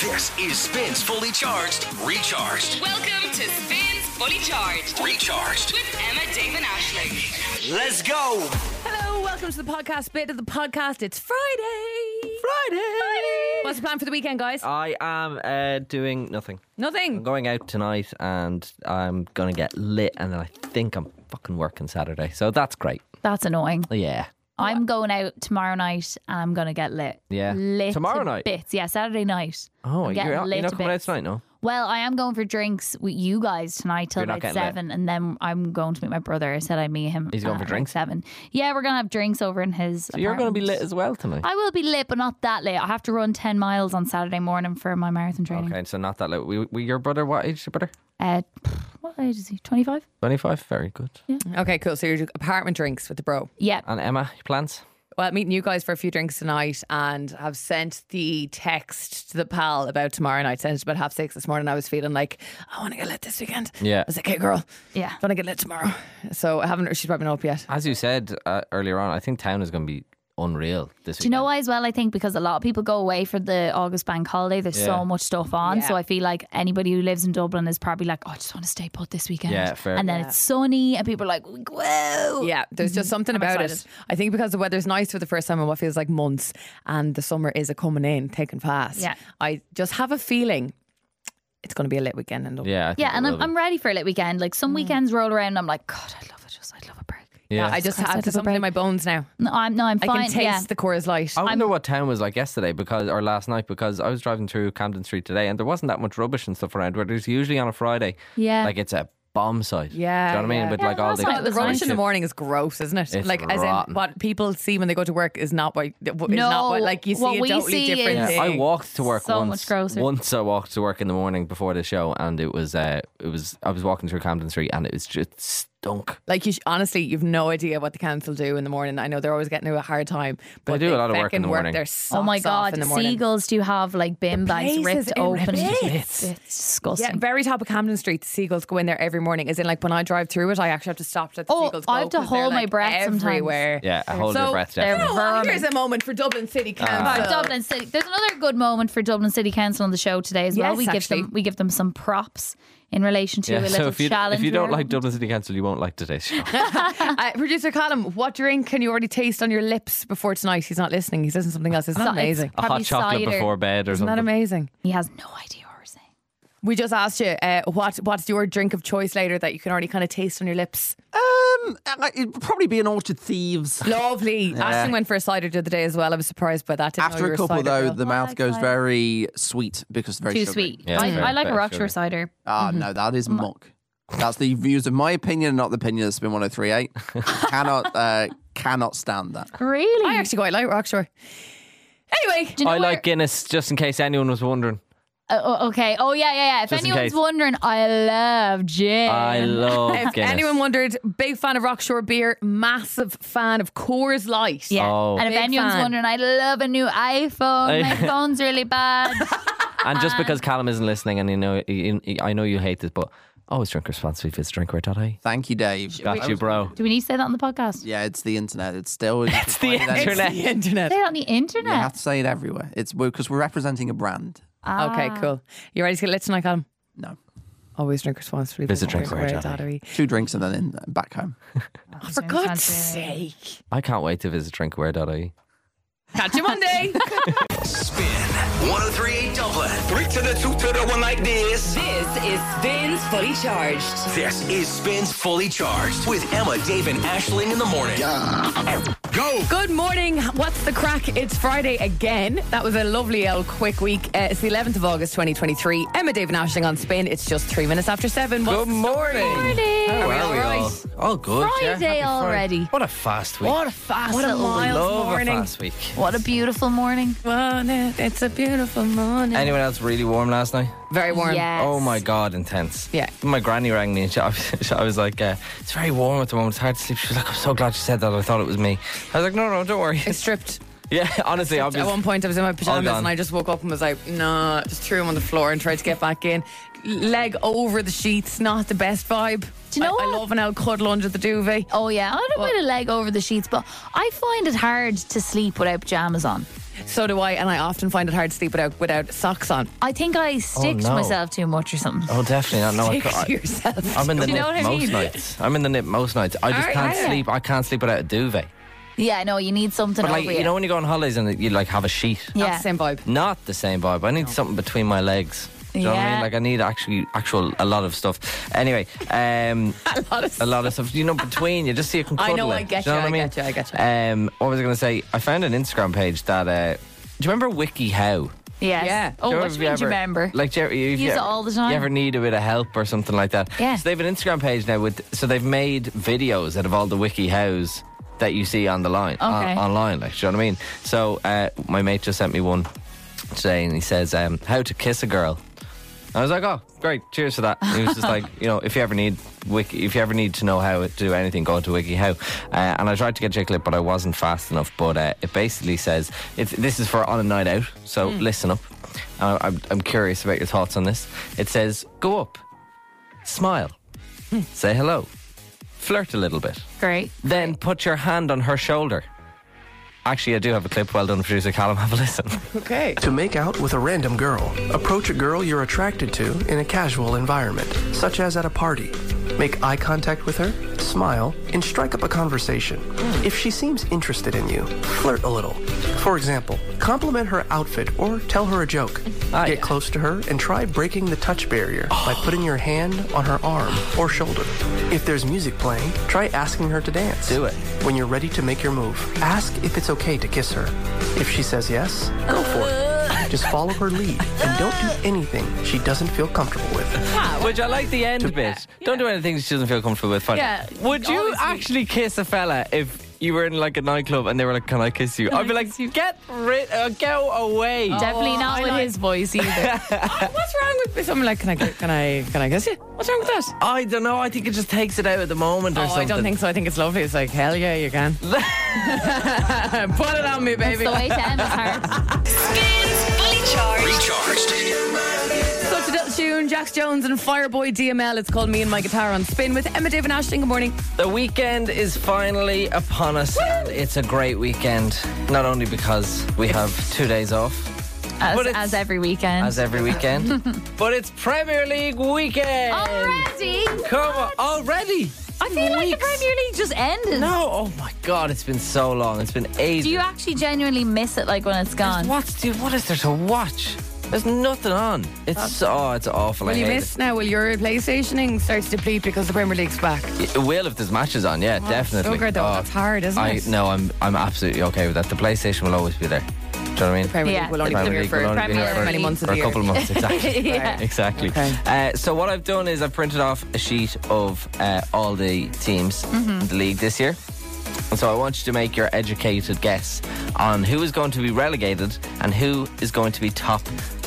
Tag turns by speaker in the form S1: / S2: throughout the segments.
S1: This is Spins Fully Charged, Recharged,
S2: Welcome to Spins Fully Charged
S1: Recharged.
S2: with Emma Damon Ashley.
S1: Let's go.
S3: Hello, welcome to the podcast bit of the podcast. It's Friday.
S4: Friday.
S3: What's the plan for the weekend, guys?
S4: I am uh, doing nothing. I'm
S3: Nothing.
S4: going out tonight and I'm going to get lit and then I think I'm fucking working Saturday. So that's great.
S5: That's annoying.
S4: Yeah.
S5: I'm going out tomorrow night and I'm gonna get lit.
S4: Yeah.
S5: Lit
S4: Tomorrow
S5: to
S4: night?
S5: Bits. Yeah, Saturday night.
S4: Oh,
S5: I'm
S4: you're,
S5: getting
S4: not-
S5: lit
S4: you're not
S5: to
S4: coming out
S5: bits.
S4: tonight, no?
S5: Well, I am going for drinks with you guys tonight till
S4: You're not getting
S5: about
S4: lit.
S5: seven, and then I'm going to meet my brother. I said I would meet him.
S4: He's going
S5: at
S4: for
S5: like
S4: drinks?
S5: Seven. Yeah, we're gonna have drinks over in his.
S4: So you're going to be lit as well tonight.
S5: I will be lit, but not that late. I have to run ten miles on Saturday morning for my marathon training.
S4: Okay, so not that late. We, we, your brother, what age is your brother?
S5: Uh, what age is he? Twenty five.
S4: 25. Very good.
S6: Okay, cool. So you're doing apartment drinks with the bro.
S5: Yeah.
S4: And Emma, your plans?
S6: Well, meeting you guys for a few drinks tonight and have sent the text to the pal about tomorrow night. Sent it about half six this morning. I was feeling like, I want to get lit this weekend.
S4: Yeah.
S6: I was like, okay, girl.
S5: Yeah.
S6: I want to get lit tomorrow. So I haven't, she's probably not up yet.
S4: As you said uh, earlier on, I think town is going to be unreal this
S5: Do you know why as well? I think because a lot of people go away for the August bank holiday. There's
S4: Yeah.
S5: so much stuff on, so
S6: Yeah.
S5: I feel like anybody who lives in Dublin is probably like, "Oh, I just want to stay put this weekend."
S4: Yeah, fair.
S5: And then it's sunny, and people are like, "Whoa!"
S6: Yeah, there's
S5: Mm-hmm.
S6: just something about it. I think because the weather's nice for the first time in what feels like months and the summer is a coming in, taking fast.
S5: Yeah.
S6: I just have a feeling it's going to be a lit weekend. And
S4: Yeah. I think
S5: yeah.
S4: it
S5: And
S4: will
S5: I'm,
S4: be.
S5: I'm ready for a lit weekend. Like
S6: Mm.
S5: some weekends roll around, and I'm like, "God, I love it. Just I love a break."
S4: yeah.
S6: I just have
S5: Christ, I
S6: something in my bones now.
S5: No, I'm no, I'm
S6: I
S5: fine.
S6: can taste
S5: yeah.
S6: the Coors Light.
S4: I wonder what town was like yesterday because or last night because I was driving through Camden Street today and there wasn't that much rubbish and stuff around. Where there's usually on a Friday,
S5: Yeah.
S4: like it's a bomb site.
S6: Yeah,
S4: do you know what I mean?
S6: yeah.
S4: With
S5: Yeah,
S4: like all
S5: last
S4: the
S5: night it
S6: the
S5: was
S4: crazy
S5: nice.
S6: rubbish in the
S4: shit.
S6: morning is gross, isn't it?
S4: It's
S6: like as
S4: rotten.
S6: in what people see when they go to work is not what is not
S5: No,
S6: what like you see
S5: what
S6: a
S5: we
S6: totally
S5: see
S6: different
S5: is-
S6: thing.
S4: I walked to work
S5: So
S4: once.
S5: much grosser.
S4: Once I walked to work in the morning before the show, and it was uh, it was I was walking through Camden Street and it was just stunk.
S6: like you sh- honestly, you've no idea what the council do in the morning. I know they're always getting a hard time, but
S4: do a lot of work in
S6: feckin'
S4: the morning.
S6: Their
S5: Oh my
S6: socks off
S5: god!
S6: in the morning.
S5: Seagulls do have like bin bags
S6: place is
S5: ripped
S6: in
S5: open.
S6: bits.
S5: It's disgusting.
S6: Yeah, very top of Camden Street. The seagulls go in there every morning. As in, like when I drive through it, I actually have to stop at the
S5: Oh,
S6: seagulls.
S5: I
S6: go
S5: have to
S6: 'cause they're,
S5: hold my
S6: like,
S5: breath sometimes.
S6: everywhere.
S4: Yeah, I hold your
S6: So
S4: breath.
S5: they're
S4: Definitely.
S6: Oh,
S5: vermin.
S6: here's a moment for Dublin City
S7: Uh,
S6: Council.
S5: Oh, Dublin City. There's another good moment for Dublin City Council on the show today as well.
S6: Yes,
S5: we give
S6: actually.
S5: them we give them some props in relation to
S4: Yeah,
S5: a little
S4: so if you,
S5: challenge.
S4: if you don't
S5: we're-
S4: like Dublin City Council, you won't like today's show.
S6: Uh, Producer Colin, what drink can you already taste on your lips before tonight? He's not listening. He's listening to something else. Isn't
S5: So
S6: that
S5: it's
S6: amazing?
S7: Oh,
S4: a hot
S5: probably
S4: chocolate
S5: cider.
S4: before bed or
S6: Isn't that
S4: something.
S6: amazing?
S5: he has no idea what we're saying.
S6: We just asked you uh, what what's your drink of choice later that you can already kind of taste on your lips.
S7: Um, I- it'd probably be an Orchard Thieves.
S6: Lovely. Ashton went for a cider the other day as well. I was surprised by that. Didn't know you
S7: After
S6: were
S7: a couple,
S6: cider
S7: though,
S6: girl.
S7: the mouth goes very sweet because it's very
S5: Too
S7: sugary.
S5: sweet.
S4: Yeah,
S5: I,
S4: it's
S5: I
S4: very-
S5: like a
S4: very
S5: Rockshire
S4: sugary.
S5: cider.
S7: Ah, no, that is muck. That's the views of my opinion, not the opinion of Spin 1038. cannot, uh, cannot stand that.
S5: Really?
S6: I actually quite like Rockshore. Anyway,
S5: Do you know
S4: I
S5: where-
S4: like Guinness, just in case anyone was wondering.
S5: Uh, oh, okay. Oh yeah, yeah, yeah. If
S4: Just in
S5: anyone's
S4: case.
S5: wondering, I love gin.
S4: I love
S6: if
S4: Guinness.
S6: anyone wondered, big fan of Rockshore beer, massive fan of Coors Light.
S5: yeah.
S4: Oh.
S5: and if
S6: Big
S5: anyone's
S6: fan.
S5: wondering, I love a new iPhone. My phone's really bad.
S4: And just because Callum isn't listening, and you know, you, you- I know you hate this, but always drink responsibly. Visit drinkware.ie.
S7: Thank you, Dave.
S4: Got you, bro.
S5: Do we need to say that on the podcast?
S7: Yeah, it's the internet. It's still.
S4: It's the
S6: The
S4: internet.
S6: internet.
S5: Say it on the
S7: You
S5: internet.
S7: have to say it everywhere. It's because we're representing a brand.
S6: Okay, cool. You ready to get lit tonight, Colin?
S7: No,
S6: Always drink responsibly.
S4: Visit drinkware.ie.
S6: drinkware.ie.
S7: two drinks and then in, back home.
S6: For God's sake.
S4: I can't wait to visit drinkware.ie.
S6: Catch you Monday.
S1: Spin 1038 Dublin. Three to the two to the one like this.
S2: This is Spins Fully Charged.
S1: This is Spins Fully Charged with Emma, Dave, and Ashling in the morning. Go.
S6: Good morning. What's the crack? It's Friday again. That was a lovely old quick week. Uh, it's the 11th of August, 2023. Emma David Ashing on Spin. It's just three minutes after seven. What's
S4: Good morning.
S5: Morning.
S4: How
S6: we
S4: are
S6: all
S4: we
S6: right?
S4: all? All good. yeah.
S5: Friday
S4: Happy
S5: already.
S4: What a fast week.
S5: What a fast
S6: What a
S5: little
S6: mild
S4: Love
S6: morning.
S4: a fast week.
S5: What a beautiful morning.
S6: morning. It's a beautiful morning.
S5: Uh,
S4: Anyone else really warm last night?
S6: Very warm.
S5: Yes.
S4: Oh my god, intense.
S6: Yeah.
S4: My granny rang me and she, I, was, she- I was like, uh, "It's very warm at the moment. It's hard to sleep." She was like, "I'm so glad you said that. I thought it was me." I was like, "No, no, don't worry."
S6: I stripped.
S4: yeah, honestly, I was
S6: At one point, I was in my pajamas
S4: gone.
S6: and I just woke up and was like, no, just threw him on the floor and tried to get back in. Leg over the sheets, not the best vibe.
S5: Do you know
S6: I, I
S5: what?
S6: love an old cuddle under the duvet.
S5: Oh yeah, I don't put a leg over the sheets, but I find it hard to sleep without pajamas on.
S6: So do I, and I often find it hard to sleep without without socks on.
S5: I think I sticked
S4: Oh, no.
S5: myself too much or something.
S4: Oh, definitely not. No, I,
S6: Take
S4: ca-
S6: to yourself.
S4: I, am in the
S5: Do you know
S4: nip
S5: what I
S4: most
S5: mean?
S4: nights. I'm in the nip most nights. I just
S5: Alright,
S4: can't
S5: yeah.
S4: sleep. I can't sleep without a duvet.
S5: Yeah, no, you need something
S4: But like
S5: over
S4: you
S5: you.
S4: know when you go on holidays and you like have a sheet.
S6: Not
S5: yeah.
S6: the same vibe.
S4: Not the same vibe. I need something between my legs. Do you know what I
S5: Yeah.
S4: mean? Like I need actually actual a lot of stuff. Anyway, um,
S6: A lot of
S4: a lot of stuff. You know, between you, just so you can
S6: I
S4: cuddle
S6: know,
S4: it.
S6: I get
S4: Do know
S6: you,
S4: what
S6: I
S4: mean?
S6: get you, I get you.
S4: Um, what was I going to say? I found an Instagram page that. Uh, do you remember WikiHow?
S5: Yes.
S6: Yeah.
S5: Oh,
S4: Do
S5: what do you mean do you
S4: ever-
S5: remember?
S4: Like, do you, ever- if you
S5: Use it
S4: ever-
S5: all the time.
S4: You ever need a bit of help or something like that?
S5: Yeah.
S4: So they have an Instagram page now with. So they've made videos out of all the wiki hows that you see on the line on-
S5: Okay.
S4: online. Like, do you know what I mean? So uh, my mate just sent me one today, and he says um, how to kiss a girl. I was like, oh, great, cheers for that. And He was just like, you know, if you ever need wiki, if you ever need to know how to do anything, go to WikiHow. Uh, and I tried to get you a clip, but I wasn't fast enough. But uh, it basically says it's, this is for on a night out, so listen up. Uh, I'm, I'm curious about your thoughts on this. It says, go up, smile, say hello, flirt a little bit,
S5: Great.
S4: then put your hand on her shoulder. Actually, I do have a clip. Well done, producer Callum. Have a listen.
S6: okay.
S8: To make out with a random girl, approach a girl you're attracted to in a casual environment, such as at a party. Make eye contact with her, smile, and strike up a conversation.
S4: Hmm.
S8: If she seems interested in you, flirt a little. For example, compliment her outfit or tell her a joke.
S4: Ah,
S8: Get close to her and try breaking the touch barrier
S4: Oh.
S8: by putting your hand on her arm or shoulder. If there's music playing, try asking her to dance.
S4: Do it.
S8: When you're ready to make your move, ask if it's okay to kiss her. If she says yes, go for it. Just follow her lead and don't do anything she doesn't feel comfortable with.
S4: Which I like the end bit. Don't do anything she doesn't feel comfortable with. Fine.
S5: Yeah,
S4: Would you
S5: obviously.
S4: actually kiss a fella if you were in like a nightclub and they were like, "Can I kiss you?" Oh. I'd be like, "Get rid, uh, go away."
S5: Definitely not
S6: Oh, I
S5: with
S6: like-
S5: his voice either.
S6: What's wrong with someone like? Can I can I can I kiss you? What's wrong with that?
S4: I don't know. I think it just takes it out at the moment or
S6: Oh,
S4: something.
S6: I don't think so. I think it's lovely. It's like hell yeah, you can. Put it on me, baby.
S5: the way to end is hard.
S2: Spins Fully Charged.
S1: Recharged.
S6: Such a little tune, Jax Jones and Fireboy DML. It's called Me and My Guitar on Spin with Emma David Ashton. Good morning.
S4: The weekend is finally upon us. and It's a great weekend, not only because we have two days off, But
S5: As,
S4: it's-
S5: as every weekend.
S4: as every weekend, but it's Premier League weekend.
S5: Already?
S4: Come on, already.
S5: I feel like the Premier League just ended.
S4: No, oh my God, it's been so long. It's been ages.
S5: Do you actually genuinely miss it like when it's
S4: There's
S5: gone?
S4: What's dude? What is there to watch? There's nothing on. It's so oh, it's awful.
S6: Will
S4: I
S6: you
S4: hate
S6: miss now? Will your PlayStationing start to deplete because the Premier League's back?
S4: It. it will if there's matches on. Yeah, definitely. Oh,
S6: sugar though, that's hard, isn't
S4: I,
S6: it?
S4: No, I'm I'm absolutely okay with that. The PlayStation will always be there. Do you know what I mean?
S6: Premier
S5: Yeah.
S6: League will only
S4: Premier
S6: be here
S4: League will
S6: for
S4: only be
S5: Premier
S4: here for-
S6: many months of the
S4: for a
S6: year.
S4: couple of months. Exactly.
S5: Yeah.
S4: Exactly.
S6: Okay.
S4: Uh, so what I've done is I've printed off a sheet of uh, all the teams in the league this year. And so I want you to make your educated guess on who is going to be relegated and who is going to be top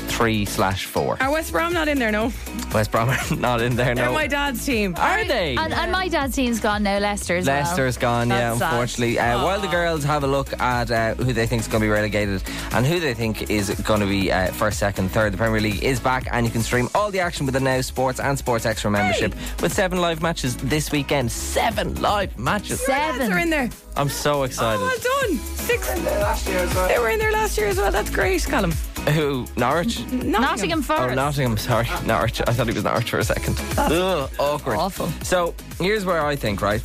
S4: three slash four.
S6: Are West Brom not in there? No,
S4: West Brom are not in there
S6: they're
S4: now.
S6: my dad's team.
S4: Are they?
S5: And, and my dad's team's gone now, Leicester as
S4: Leicester's gone, yeah,
S5: That's sad.
S4: unfortunately. Uh, while the girls have a look at uh, who they think is going to be relegated and who they think is going to be uh, first, second, third, the Premier League is back, and you can stream all the action with the Now Sports and Sports Extra membership with seven live matches this weekend. Seven live matches.
S5: well.
S6: Lads are in
S5: Seven.
S6: there.
S4: I'm so excited.
S6: Oh, well done. Six. They were in there last year as well. That's great, Callum.
S4: who? Norwich?
S5: Nottingham
S4: Oh,
S5: Forest.
S4: Nottingham, sorry. Norwich. I thought he was Norwich for a second. Ugh, awkward.
S5: awful.
S4: So here's where I think, right?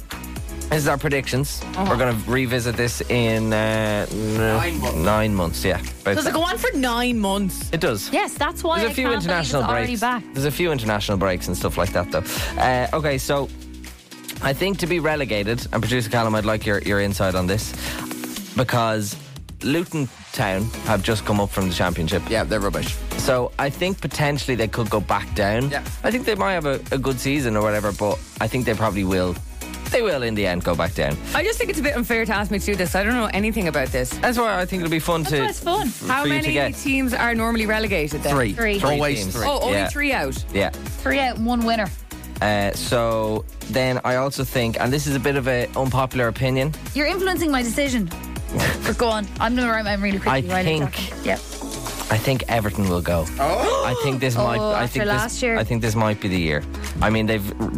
S4: This is our predictions. We're going to revisit this in uh, nine, months. nine months. Yeah. About
S6: Does
S4: that.
S6: it go on for nine months?
S4: It does.
S5: Yes, that's why
S4: There's
S5: I
S4: a few
S5: can't believe
S4: international
S5: it's already
S4: breaks.
S5: back.
S4: There's a few international breaks and stuff like that, though. Uh, okay, so I think to be relegated, and producer Callum, I'd like your, your insight on this because Luton Town have just come up from the championship.
S7: Yeah, they're rubbish.
S4: So I think potentially they could go back down.
S7: Yeah.
S4: I think they might have a, a good season or whatever, but I think they probably will. They will in the end go back down.
S6: I just think it's a bit unfair to ask me to do this. I don't know anything about this.
S4: That's why I think it'll be fun to.
S5: why it's fun.
S4: f-
S6: How
S4: for you to
S6: many
S4: get.
S6: teams are normally relegated then?
S7: Three.
S5: Three.
S7: Always
S4: teams.
S7: three.
S6: Oh, only
S4: Yeah.
S6: three out.
S4: Yeah.
S5: Three out and one winner.
S4: Uh, so then I also think, and this is a bit of an unpopular opinion,
S5: You're influencing my decision. but go on. I'm going to write mine really quickly.
S4: I
S5: Write it down.
S4: think-
S5: Yep.
S4: I think Everton will go. Oh. I think this might.
S5: Oh,
S4: I
S5: after
S4: think this,
S5: last year.
S4: I think this might be the year. I mean, they've r-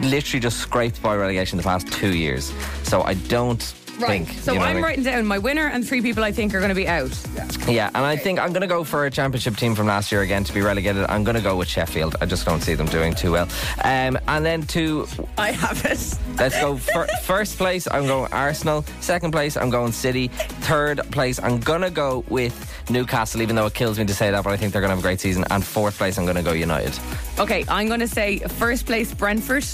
S4: literally just scraped by relegation the past two years, so I don't
S6: Right.
S4: think.
S6: So
S4: you know what I
S6: I'm
S4: mean?
S6: writing down my winner and three people I think are going to be out.
S4: Yeah, and I think I'm going to go for a championship team from last year again to be relegated. I'm going to go with Sheffield. I just don't see them doing too well. Um, and then to
S6: I have it.
S4: let's go fir- first place. I'm going Arsenal. Second place, I'm going City. Third place, I'm going to go with Newcastle. Even though it kills me to say that, but I think they're going to have a great season. And fourth place, I'm going to go United.
S6: Okay, I'm going to say first place Brentford.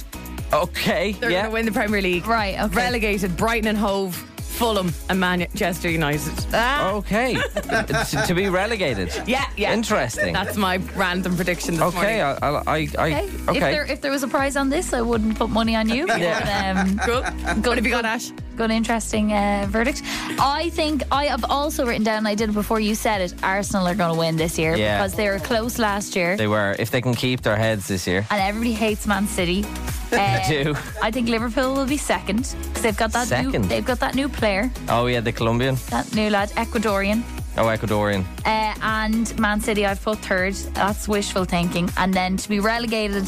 S4: Okay,
S6: They're
S4: yeah.
S6: going to win the Premier League.
S5: Right, okay.
S6: Relegated Brighton and Hove, Fulham and Manchester United.
S4: Okay, to, to be relegated.
S6: Yeah, yeah.
S4: Interesting.
S6: That's my random prediction this
S4: okay,
S6: morning.
S4: I, I, I,
S5: Okay.
S4: okay.
S5: If there if there was a prize on this, I wouldn't put money on you. But, um,
S6: Cool. Good. What have you got, Ash?
S5: got an interesting uh, verdict. I think I have also written down. I did it before you said it. Arsenal are going to win this year
S4: Yeah.
S5: because they were close last year,
S4: they were. If they can keep their heads this year.
S5: and everybody hates Man City. Uh,
S4: do.
S5: I think Liverpool will be second because they've got that
S4: Second?
S5: new they've got that new player,
S4: Oh yeah, the Colombian.
S5: that new lad, Ecuadorian.
S4: Oh, Ecuadorian.
S5: Uh, and Man City, I've put third. That's wishful thinking. And then to be relegated,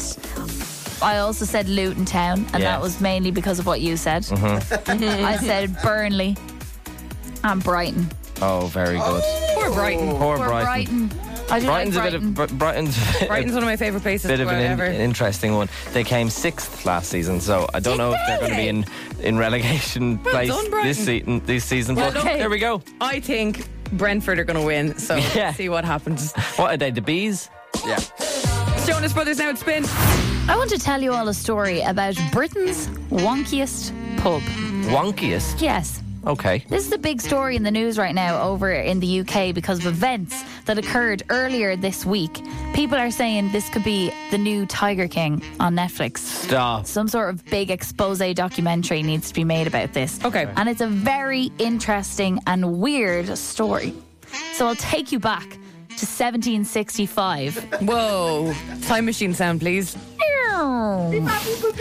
S5: I also said Luton Town, and
S4: Yeah. Mm-hmm.
S5: that was mainly because of what you said. I said Burnley and Brighton.
S4: Oh, very good.
S6: Poor Brighton.
S4: Poor
S5: Or
S4: Brighton.
S5: Brighton. I do
S4: Brighton's
S5: like
S4: a bit
S5: Brighton.
S4: of Br- Brighton's a bit-
S6: Brighton's
S4: a
S6: one of my favourite places
S4: bit
S6: to
S4: of an,
S6: go
S4: in-
S6: ever.
S4: an interesting one. They came sixth last season, so I don't know if they're going to be in in relegation place
S6: done, Brighton.
S4: this season. This season, but
S5: done.
S4: there we go.
S6: I think Brentford are going to win, so
S4: Yeah.
S6: see what happens.
S4: What are they? The bees?
S7: Yeah.
S6: Jonas Brothers now it's been.
S5: I want to tell you all a story about Britain's wonkiest pub.
S4: Wonkiest.
S5: Yes.
S4: Okay.
S5: This is a big story in the news right now over in the UK because of events that occurred earlier this week. People are saying this could be the new Tiger King on Netflix.
S4: Stop.
S5: Some sort of big expose documentary needs to be made about this.
S6: Okay.
S5: And it's a very interesting and weird story. So I'll take you back to 1765.
S6: Whoa. Time machine sound, please.
S5: oh,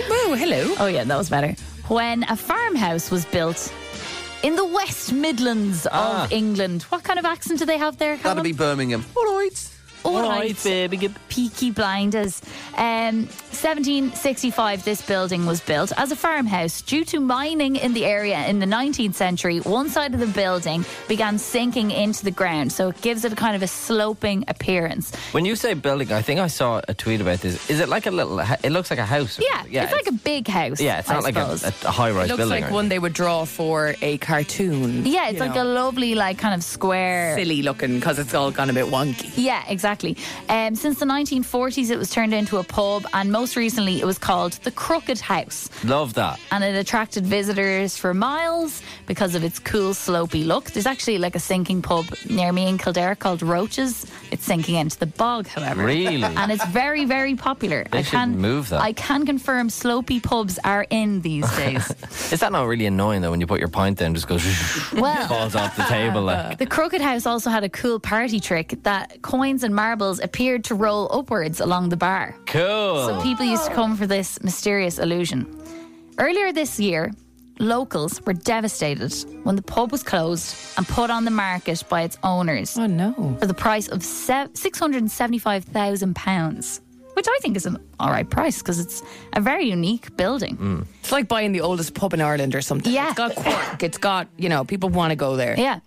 S6: Whoa, hello.
S5: yeah, that was better. When a farmhouse was built in the West Midlands of England. What kind of accent do they have there?
S7: Ah. That'd
S5: Callum?
S7: be Birmingham. All right.
S5: All right, baby. Peaky Blinders. Um, 1765, this building was built as a farmhouse. Due to mining in the area in the 19th century, one side of the building began sinking into the ground. So it gives it a kind of a sloping appearance.
S4: When you say building, I think I saw a tweet about this. Is it like a little? hu- It looks like a house. or
S5: Yeah,
S4: something.
S5: it's like a big house.
S4: Yeah, it's
S5: I
S4: not like a,
S5: suppose.
S4: a high-rise
S6: Looks
S4: building.
S6: like
S4: or
S6: one they would draw for a cartoon.
S5: yeah, it's like a lovely, like, kind of square.
S6: Silly looking because it's all gone a bit wonky.
S5: Yeah, exactly. Um, since the 1940s, it was turned into a pub, and most recently, it was called the Crooked House.
S4: Love that.
S5: and it attracted visitors for miles because of its cool, slopey look. There's actually like a sinking pub near me in Kildare called Roaches. It's sinking into the bog, however.
S4: Really?
S5: And it's very, very popular.
S4: They should move that.
S5: I can confirm slopey pubs are in these days.
S4: Is that not really annoying though when you put your pint down, just goes
S5: Well-
S4: falls off the table like?
S5: the Crooked House also had a cool party trick that coins and marbles appeared to roll upwards along the bar.
S4: Cool.
S5: So people used to come for this mysterious illusion. Earlier this year, locals were devastated when the pub was closed and put on the market by its owners
S6: Oh, no.
S5: for the price of se- £675,000, which I think is an all right price because it's a very unique building.
S6: It's like buying the oldest pub in Ireland or something.
S5: Yeah.
S6: It's got quirk. It's got, you know, people want to go there.
S5: Yeah.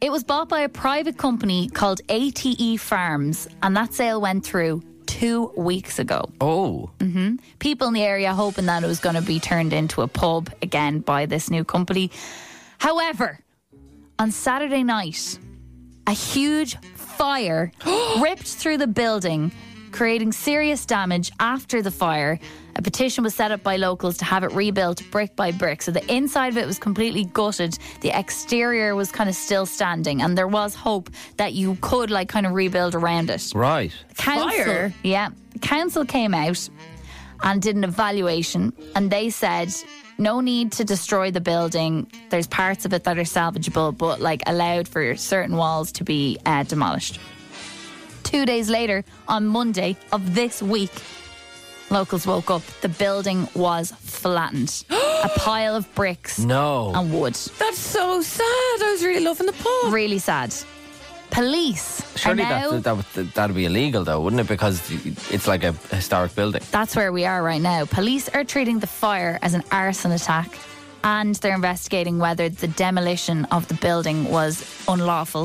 S5: It was bought by a private company called ATE Farms, and that sale went through two weeks ago. Mm-hmm.
S4: oh,
S5: people in the area hoping that it was going to be turned into a pub again by this new company. However, on Saturday night, a huge fire ripped through the building, creating serious damage after the fire. A petition was set up by locals to have it rebuilt brick by brick. So the inside of it was completely gutted. The exterior was kind of still standing, and there was hope that you could, like, kind of rebuild around it
S4: right.
S5: council,
S6: Fire?
S5: yeah, the council came out and did an evaluation, and they said no need to destroy the building. There's parts of it that are salvageable, but like allowed for certain walls to be uh, demolished. Two days later, on Monday of this week, locals woke up. The building was flattened, a pile of bricks
S4: No.
S5: and wood.
S6: That's so sad. I was really loving the pub.
S5: Really sad. Police are
S4: Surely
S5: now-
S4: that, that, would- that'd be illegal though, wouldn't it? Because it's like a historic building.
S5: That's where we are right now. Police are treating the fire as an arson attack and they're investigating whether the demolition of the building was unlawful.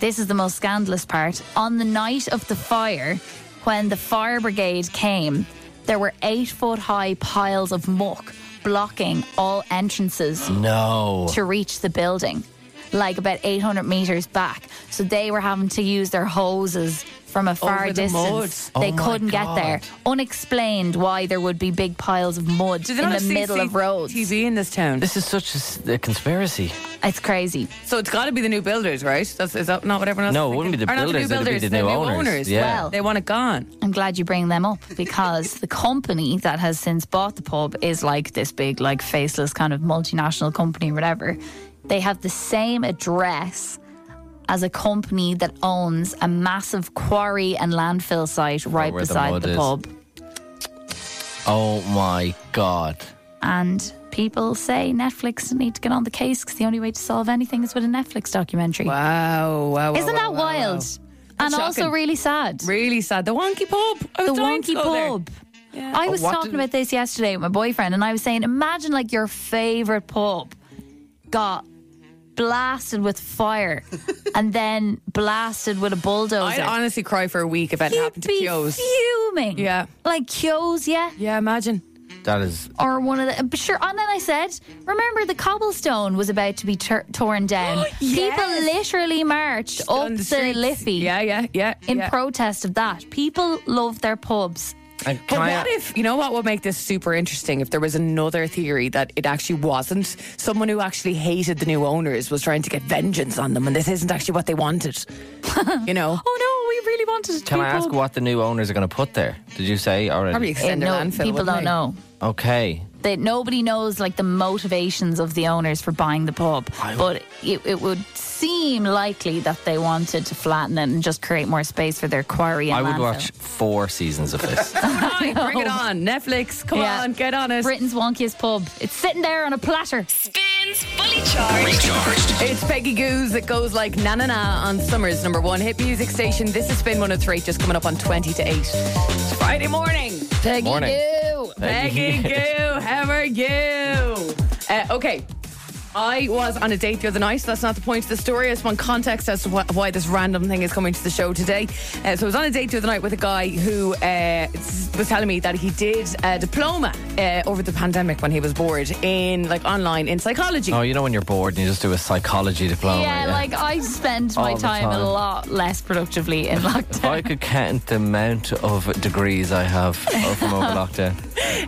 S5: This is the most scandalous part. On the night of the fire, when the fire brigade came, there were eight foot high piles of muck blocking all entrances
S4: No.
S5: to reach the building, like about 800 meters back. So they were having to use their hoses from a far
S6: Over the
S5: distance.
S4: mud.
S5: They
S4: Oh my
S5: couldn't get
S4: God.
S5: there. Unexplained why there would be big piles of mud
S6: Do
S5: in
S6: they not
S5: the
S6: have
S5: middle of roads.
S6: TV in this town.
S4: This is such a s- a, conspiracy.
S5: It's crazy.
S6: So it's got to be the new builders, right? That's, is that not what everyone else?
S4: No,
S6: is
S4: it wouldn't
S6: thinking?
S4: be the
S6: Or not
S4: builders, it'd be the new owners. Yeah.
S5: Well-
S6: they want it gone.
S5: I'm glad you bring them up because the company that has since bought the pub is like this big, like faceless kind of multinational company, whatever. They have the same address as a company that owns a massive quarry and landfill site right
S4: where the
S5: beside
S4: mud
S5: the,
S4: is.
S5: pub.
S4: Oh my god.
S5: And people say Netflix need to get on the case because the only way to solve anything is with a Netflix documentary.
S6: Wow, Oh, wow.
S5: Isn't that wild? And also
S6: shocking.
S5: really sad.
S6: Really sad. The wonky pub. I was
S5: the
S6: dying to
S5: wonky
S6: go there.
S5: pub. I was
S4: Uh, what
S5: talking
S4: did-
S5: about this yesterday with my boyfriend, and I was saying, imagine like your favorite pub got blasted with fire and then blasted with a
S6: I'd
S5: bulldozer.
S6: honestly cry for a week if that
S5: You'd
S6: happened to
S5: be
S6: Kyo's.
S5: fuming.
S6: Yeah.
S5: Like Kyo's, yeah?
S6: Yeah, imagine.
S4: That is
S5: Or one of the. But sure, and then I said, remember the cobblestone was about to be tur torn down.
S6: Yes.
S5: People literally marched up
S6: On
S5: the,
S6: the streets.
S5: Liffey
S6: Yeah, yeah, yeah.
S5: in
S6: yeah.
S5: protest of that. People love their pubs.
S4: And
S6: But
S4: can I-
S6: what if you know what would make this super interesting? If there was another theory that it actually wasn't someone who actually hated the new owners was trying to get vengeance on them, and this isn't actually what they wanted. you know,
S5: Oh no, we really wanted to
S4: Can I ask what the new owners are going to put there? Did you say already?
S6: probably extend their
S5: Eh, no,
S6: landfill.
S5: people
S6: wouldn't they?
S5: don't know.
S4: Okay.
S5: that nobody knows like the motivations of the owners for buying the pub, but it, it would seem likely that they wanted to flatten it and just create more space for their quarry. And
S4: I would
S5: landfill.
S4: watch four seasons of this.
S6: Right, bring it on, Netflix. Come
S5: Yeah.
S6: on, get on it.
S5: Britain's wonkiest pub. It's sitting there on a platter.
S2: Spins Fully Charged.
S1: Recharged.
S6: It's Peggy Goose. It goes like na na na on Summer's number one hit music station. This is Spin 103, just coming up on 20 to 8. It's Friday morning. Peggy
S4: Morning.
S6: Goo. Peggy Goo. How are you? Uh, okay. I was on a date the other night. So that's not the point of the story. I just want context as to wh- why this random thing is coming to the show today. Uh, so I was on a date the other night with a guy who uh, s- was telling me that he did a diploma uh, over the pandemic when he was bored in like online in psychology.
S4: oh, you know when you're bored and you just do a psychology diploma.
S5: yeah, like I spend my
S4: Oh, All the
S5: time,
S4: time.
S5: a lot less productively in
S4: If
S5: lockdown.
S4: I could count the amount of degrees I have uh, from over lockdown,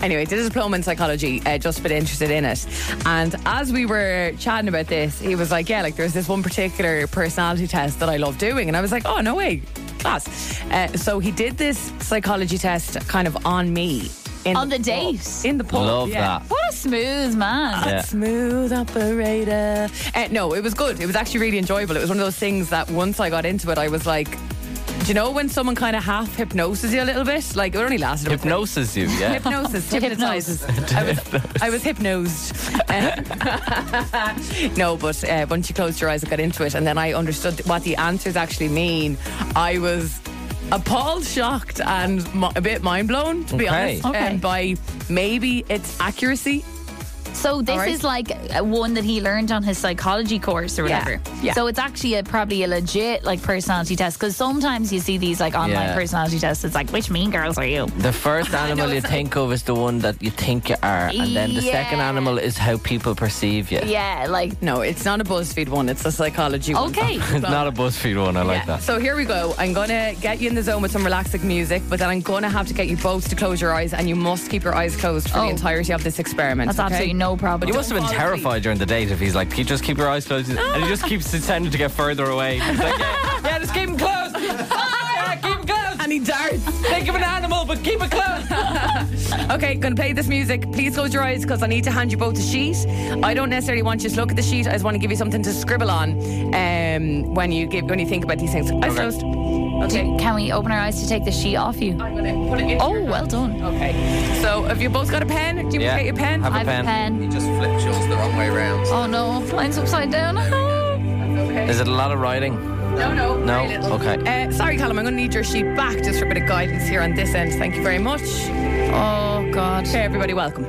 S6: Anyway, did a diploma in psychology, uh, just a bit interested in it. And as we were chatting about this, he was like, Yeah, like there's this one particular personality test that I love doing. And I was like, Oh, no way, class. Uh, so he did this psychology test kind of on me. In
S5: On the
S6: pub.
S5: date?
S6: In the pub.
S4: love
S6: yeah.
S4: that.
S5: what a smooth man.
S4: Yeah.
S6: Smooth operator. Uh, no, it was good. It was actually really enjoyable. It was one of those things that once I got into it, I was like, do you know when someone kind of half hypnoses you a little bit? Like it only lasted about three
S4: hypnosis you. Yeah.
S6: hypnosis, hypnotizes. I was, I was hypnosed. Um, no, but uh, once you closed your eyes, I got into it, and then I understood what the answers actually mean. I was appalled, shocked, and mo- a bit mind blown, to be
S4: Okay.
S6: honest,
S5: Okay.
S6: um, by maybe its accuracy.
S5: So this
S6: right.
S5: is like uh, one that he learned on his psychology course or
S6: Yeah,
S5: whatever.
S6: yeah.
S5: So it's actually a, probably a legit like personality test because sometimes you see these like online
S4: Yeah.
S5: personality tests. It's like which mean girls are you?
S4: The first animal you
S6: it's-
S4: think of is the one that you think you are, and then the second
S5: Yeah.
S4: animal is how people perceive you.
S5: Yeah, like
S6: No, it's not a BuzzFeed one, it's a psychology one.
S5: okay.
S4: It's not a BuzzFeed one. I like that.
S6: So here we go. I'm gonna get you in the zone with some relaxing music, but then I'm gonna have to get you both to close your eyes, and you must keep your eyes closed for
S5: Oh.
S6: the entirety of this experiment.
S5: That's
S6: okay?
S5: absolutely no problem.
S4: You must have been
S6: Don't follow me.
S4: terrified during the date if he's like, "Can you just keep your eyes closed?" And he just keeps tending to get further away. He's like, yeah, yeah, just keep them closed. Yeah, keep them closed.
S6: And he darts.
S4: Think of an animal, but keep it closed.
S6: Okay, gonna play this music. Please close your eyes because I need to hand you both a sheet. I don't necessarily want you to look at the sheet. I just want to give you something to scribble on um, when you give when you think about these things. Eyes closed. Okay.
S5: Can we open our eyes to take the sheet off you?
S6: I'm gonna put it in.
S5: Oh, well done.
S6: Okay. So have you both got a pen? Do you
S4: Yeah.
S6: want to get your pen?
S4: Have
S5: I have a pen.
S7: You just flipped yours the wrong way round.
S5: Oh no, mine's upside down. Oh,
S4: Is it a lot of writing?
S6: no, no.
S4: No.
S6: very little.
S4: Okay.
S6: Uh, sorry, Callum. I'm gonna need your sheet back just for a bit of guidance here on this end. Thank you very much.
S5: oh god.
S6: Okay, everybody, welcome.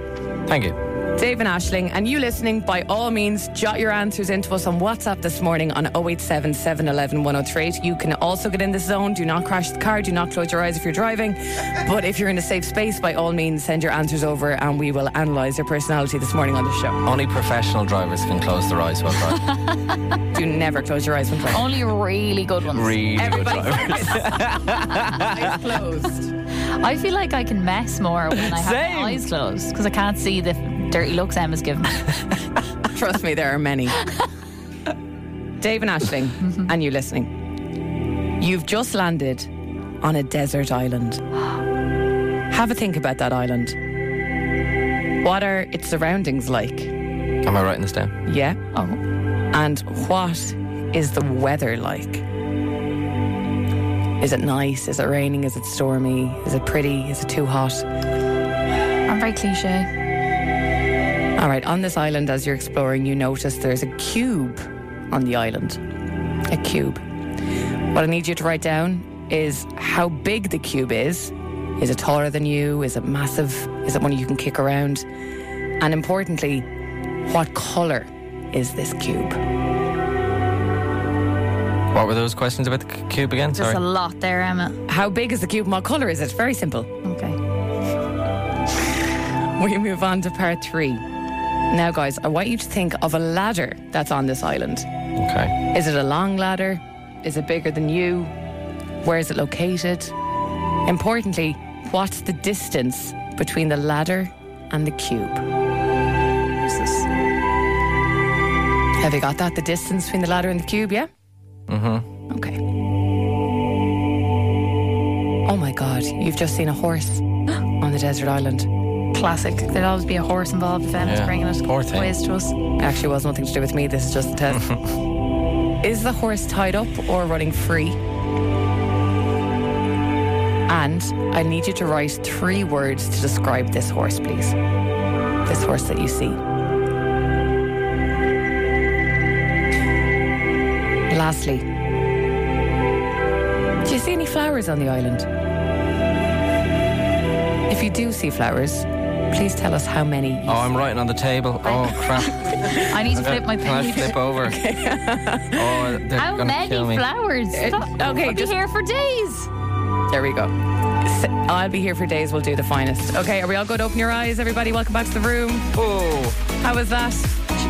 S4: Thank you.
S6: Dave and Ashling, and you listening, by all means, jot your answers into us on WhatsApp this morning on 087 711 1038. You can also get in the zone. Do not crash the car. Do not close your eyes if you're driving. But if you're in a safe space, by all means, send your answers over and we will analyse your personality this morning on the show.
S4: Only professional drivers can close their eyes while driving.
S6: Do never close your eyes when playing.
S5: Only really good ones.
S4: Really good
S6: Everybody
S4: drivers.
S6: Eyes closed.
S5: I feel like I can mess more when I have
S4: Same.
S5: my eyes closed because I can't see the dirty looks Emma's given me.
S6: Trust me, there are many. Dave and Ashling, and you listening, you've just landed on a desert island. Have a think about that island. What are its surroundings like?
S4: Am I writing this down?
S6: Yeah.
S5: Oh,
S6: And what is the weather like? Is it nice? Is it raining? Is it stormy? Is it pretty? Is it too hot?
S5: I'm very cliche.
S6: All right, on this island, as you're exploring, you notice there's a cube on the island. A cube. What I need you to write down is how big the cube is. Is it taller than you? Is it massive? Is it one you can kick around? And importantly, what color is this cube?
S4: What were those questions about the c- cube again?
S5: There's
S4: Sorry.
S5: a lot there, Emma.
S6: How big is the cube? and What color is it? Very simple.
S5: Okay.
S6: We move on to part three. Now, guys, I want you to think of a ladder that's on this island.
S4: okay.
S6: Is it a long ladder? Is it bigger than you? Where is it located? Importantly, what's the distance between the ladder and the cube? Have you got that? The distance between the ladder and the cube, yeah? Mm hmm. Okay. Oh my god, you've just seen a horse on the desert island.
S5: Classic. There'll always be a horse involved if Emma's
S4: Yeah.
S5: bringing it.
S4: Poor thing.
S5: Quiz to us.
S6: Actually, it was nothing to do with me. This is just a test. is the horse tied up or running free? And I need you to write three words to describe this horse, please. This horse that you see. Lastly, do you see any flowers on the island? If you do see flowers, please tell us how many.
S4: Oh, I'm writing on the table. Oh, crap.
S5: I need to flip my
S4: Can I
S5: page.
S4: flip over? Oh, they're
S5: How
S4: gonna
S5: many
S4: kill me.
S5: flowers? Stop.
S6: okay,
S5: I'll
S6: just-
S5: be here for days.
S6: There we go. S- I'll be here for days. We'll do the finest. Okay, are we all good? Open your eyes, everybody. Welcome back to the room.
S4: Oh.
S6: How was that?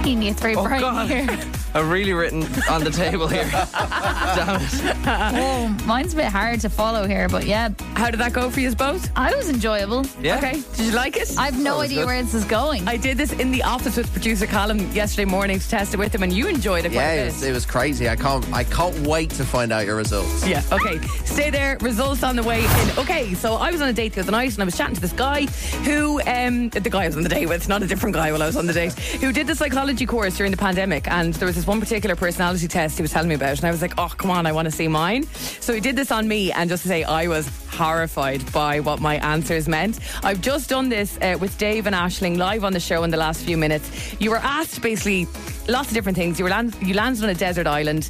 S5: Jeannie, it's very bright
S4: God.
S5: here.
S4: I've really written on the table here. Damn it.
S5: Oh, mine's a bit hard to follow here, but yeah,
S6: How did that go for you both?
S5: I was enjoyable.
S4: Yeah.
S6: Okay, did you like it?
S5: I have no
S4: was
S5: idea
S4: good.
S5: where this is going.
S6: I did this in the office with producer Colin yesterday morning to test it with him, and you enjoyed it quite
S7: Yeah,
S6: a
S7: it
S6: bit.
S7: was, it was crazy. I can't I can't wait to find out your results.
S6: Yeah. Okay. Stay there. Results on the way in. Okay. So I was on a date the other night and I was chatting to this guy who, um, the guy I was on the date with, not a different guy while I was on the date, who did the psychology course during the pandemic. And there was this one particular personality test he was telling me about. And I was like, oh, come on, I want to see mine. So he did this on me. And just to say, I was horrified by what my answers meant. I've just done this uh, with Dave and Ashling live on the show in the last few minutes. You were asked basically lots of different things. You were land- you landed on a desert island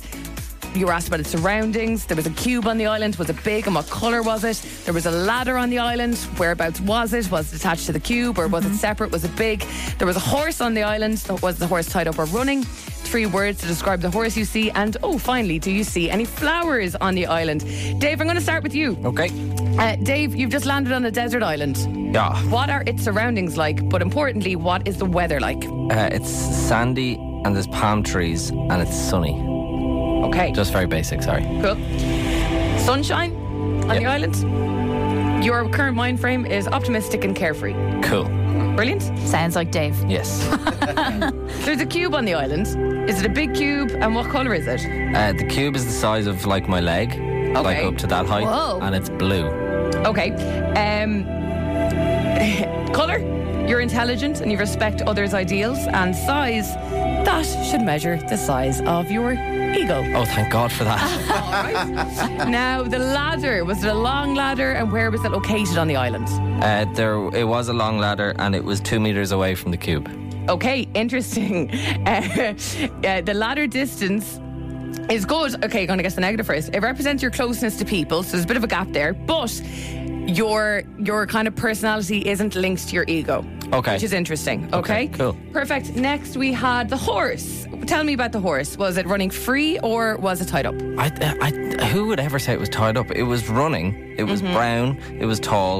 S6: you were asked about its surroundings. There was a cube on the island. Was it big and what colour was it? There was a ladder on the island. Whereabouts was it? Was it attached to the cube or was it separate? Was it big? There was a horse on the island. So Was the horse tied up or running? Three words to describe the horse you see. And oh, finally, do you see any flowers on the island? Dave, I'm going to start with you.
S4: Okay.
S6: Uh, Dave, you've just landed on a desert island.
S4: Yeah.
S6: What are its surroundings like? But importantly, what is the weather like?
S4: Uh, it's sandy and there's palm trees and it's sunny.
S6: Okay.
S4: Just very basic, sorry.
S6: Cool. Sunshine on the
S4: Yeah.
S6: island. Your current mind frame is optimistic and carefree.
S4: Cool.
S6: Brilliant.
S5: Sounds like Dave.
S4: Yes.
S6: There's a cube on the island. Is it a big cube and what colour is it?
S4: Uh, the cube is the size of like my leg, like
S6: Okay.
S4: up to that height,
S5: Whoa.
S4: and it's blue.
S6: Okay. Um, colour? You're intelligent and you respect others' ideals. And size? That should measure the size of your ego.
S4: Oh, thank God for that.
S6: All right. now, the ladder. Was it a long ladder and where was it located on the island?
S4: uh, there, it was a long ladder, and it was two meters away from the cube.
S6: Okay, interesting. Uh, uh, the latter distance is good. Okay, going to guess the negative first. It represents your closeness to people, so there's a bit of a gap there. But your your kind of personality isn't linked to your ego.
S4: Okay.
S6: Which is interesting. Okay.
S4: Okay, cool.
S6: Perfect. Next, we had the horse. Tell me about the horse. Was it running free or was it tied up?
S4: I, I, who would ever say it was tied up? It was running. It was brown. It was tall.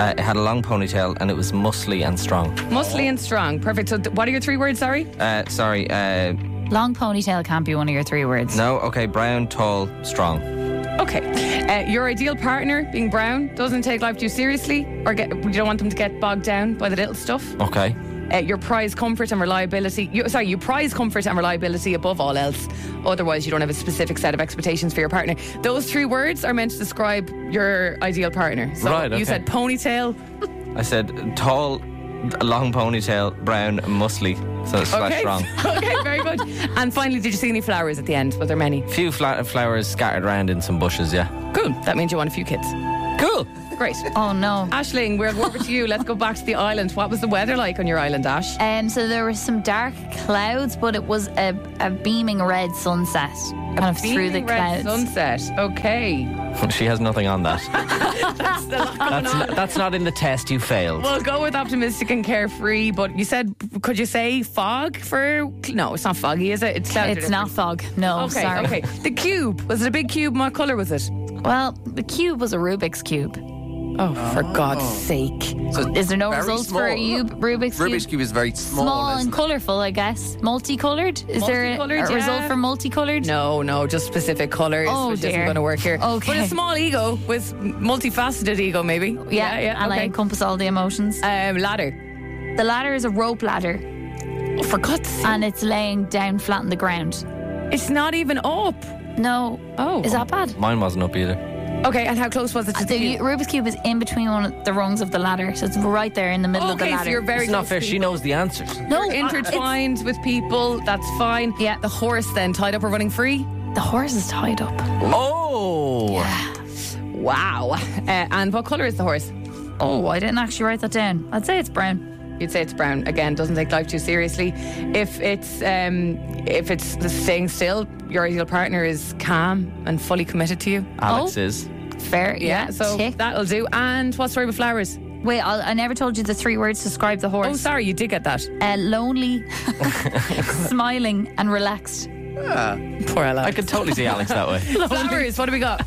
S4: Uh, it had a long ponytail, and it was muscly and strong.
S6: Muscly and strong. Perfect. So, th- what are your three words? Sorry.
S4: Uh, sorry. Uh,
S5: Long ponytail can't be one of your three words.
S4: no. Okay. Brown, tall, strong.
S6: Okay. Uh, your ideal partner, being brown, doesn't take life too seriously or get, you don't want them to get bogged down by the little stuff.
S4: Okay.
S6: Uh, your prize comfort and reliability. You, sorry, you prize comfort and reliability above all else. Otherwise, you don't have a specific set of expectations for your partner. Those three words are meant to describe your ideal partner. So
S4: Right,
S6: you
S4: okay.
S6: said ponytail.
S4: I said tall, long ponytail, brown, and muscly. So it's slash
S6: Okay.
S4: strong.
S6: okay, very good. And finally, did you see any flowers at the end? Were there many?
S4: Few fla- flowers scattered around in some bushes. Yeah.
S6: Cool. That means you want a few kids.
S4: Cool.
S6: Great.
S5: Oh no.
S6: Ashling, we're over to you. Let's go back to the island. What was the weather like on your island, Ash?
S5: Um, so there were some dark clouds, but it was a, a beaming red sunset, kind of through the
S6: Beaming red
S5: clouds.
S6: Sunset. Okay.
S4: She has nothing on that. that's, not, that's not in the test. You failed.
S6: We'll go with optimistic and carefree, but you said, could you say fog for? No, it's not foggy, is it? It's clouded.
S5: It's not fog. No,
S6: Okay,
S5: sorry.
S6: okay. The cube was it a big cube? What color was it?
S5: Well, the cube was a Rubik's cube.
S6: Oh, for God's sake!
S7: So
S5: Is there no
S7: very
S5: results
S7: small.
S5: for a u- Rubik's cube?
S7: Rubik's cube is very small.
S5: Small,
S7: isn't
S5: and colorful, I guess. Multicolored. Is there a,
S6: Multicolored,
S5: a result
S6: yeah.
S5: for multicolored?
S6: No, no, just specific colors,
S5: Oh,
S6: which isn't
S5: dear.
S6: going to work here.
S5: Okay.
S6: but a small ego with multifaceted ego, maybe.
S5: Yeah, and I encompass all the emotions.
S6: Um, ladder.
S5: The ladder is a rope ladder,
S6: Oh, for God's sake!
S5: and it's laying down flat on the ground.
S6: It's not even up.
S5: No.
S6: Oh.
S5: Is that bad?
S4: Mine wasn't up either.
S6: Okay, and how close was it to
S5: The
S6: the cube?
S5: Rubik's cube is in between one of the rungs of the ladder, so it's right there in the middle of the
S6: okay,
S5: ladder.
S6: so you're very
S4: It's not
S6: close
S4: fair.
S6: to
S4: She knows the answers.
S5: no, uh,
S6: You're
S5: it's-
S6: intertwined with people. That's fine.
S5: Yeah.
S6: The horse then tied up or running free.
S5: the horse is tied up.
S4: Oh.
S6: Wow. Uh, and what color is the horse?
S5: Oh, I didn't actually write that down. I'd say it's brown.
S6: You'd say it's brown. Again, doesn't take life too seriously. If it's um, if it's staying still, your ideal partner is calm and fully committed to you.
S4: Alex
S5: Oh.
S4: is.
S5: Fair, yeah.
S6: so
S5: tick.
S6: that'll do. And what story with flowers?
S5: Wait, I'll, I never told you the three words to describe the
S6: Oh,
S5: horse:
S6: sorry, you did get that.
S5: uh, lonely, smiling, and relaxed.
S6: Poor Ella.
S4: I could totally see Alex that way.
S6: flowers. What do we got?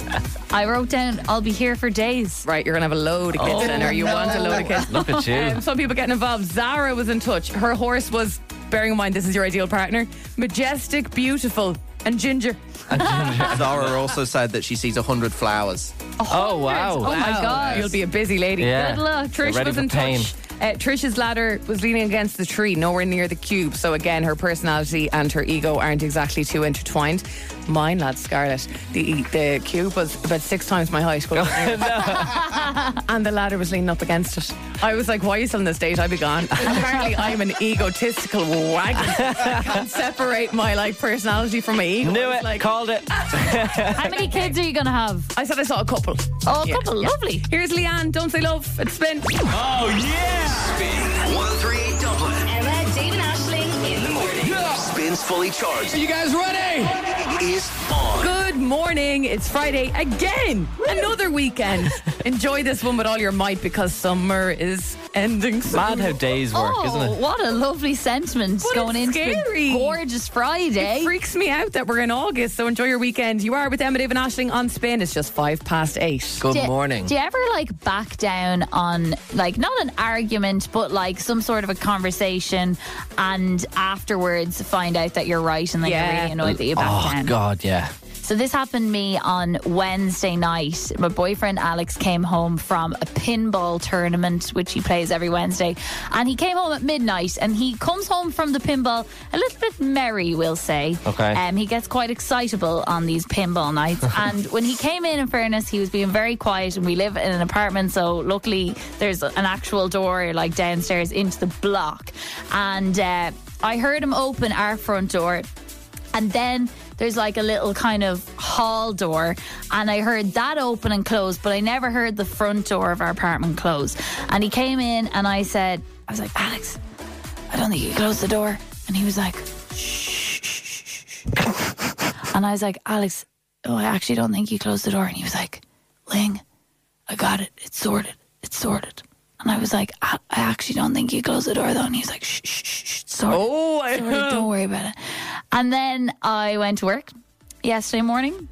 S5: I wrote down, "I'll be here for days."
S6: right, you're gonna have a load of kids, then, or you want a load of kids.
S4: Look at you.
S6: Um, Oh, some people getting involved. Zara was in touch. Her horse was, bearing in mind, this is your ideal partner, majestic, beautiful, and ginger.
S7: it? Zara also said that she sees a hundred flowers.
S4: Oh wow.
S5: Oh my
S6: Wow,
S5: God.
S6: You'll be a busy lady.
S4: Yeah. Good
S5: luck.
S6: Trish
S4: Ready
S6: was
S4: for
S6: in
S4: pain.
S6: touch. Uh, Trish's ladder was leaning against the tree, nowhere near the cube. So again, her personality and her ego aren't exactly too intertwined. Mine, lad, Scarlett. The the cube was about six times my height, but- and the ladder was leaning up against it. I was like, "Why are you still on this date? I'd be gone." Apparently, I'm an egotistical wag. I can't separate my like personality from my ego.
S4: Knew
S6: I was
S4: it.
S6: Like,
S4: Called it.
S5: How many kids are you gonna have?
S6: I said I saw a couple.
S5: Oh, a
S6: Yeah,
S5: couple,
S6: yeah.
S5: lovely.
S6: Here's Leanne. Don't say love. It's spin.
S1: Oh, yeah! Spin 1038 Dublin.
S2: Emma, Dave, and Ashling in the morning.
S1: Spins fully charged.
S9: You guys ready?
S1: Is on.
S6: Good morning. It's Friday again. Another weekend. Enjoy this one with all your might because summer is ending soon.
S4: Mad how days work,
S5: oh,
S4: isn't it?
S5: what a lovely sentiment
S6: But
S5: going
S6: it's
S5: into the
S6: scary.
S5: gorgeous Friday.
S6: It freaks me out that we're in August, so enjoy your weekend. You are with Emma Dave and Ashling on spin. It's just five past eight.
S4: Good
S5: Do you-
S4: morning.
S5: Do you ever like back down on like not an argument, but like some sort of a conversation, and afterwards find out that you're right, and then
S6: Yeah.
S5: you're really annoyed that you backed
S4: Oh
S5: down.
S4: God, yeah.
S5: So this happened to me on Wednesday night. My boyfriend Alex came home from a pinball tournament, which he plays every Wednesday, and he came home at midnight. And he comes home from the pinball a little bit merry, we'll say.
S4: Okay.
S5: Um, he gets quite excitable on these pinball nights. and when he came in, in fairness, he was being very quiet. And we live in an apartment, so luckily there's an actual door like downstairs into the block. And uh, I heard him open our front door. And then there's like a little kind of hall door. And I heard that open and close, but I never heard the front door of our apartment close. And he came in and I said, I was like, Alex, I don't think you closed the door. And he was like, shh. and I was like, Alex, oh, I actually don't think you closed the door. And he was like, Ling, I got it. It's sorted. It's sorted. And I was like, I, I actually don't think you closed the door though. And he's like, shh, shh, shh, shh sorry.
S6: Oh, I-
S5: sorry, don't worry about it. And then I went to work yesterday morning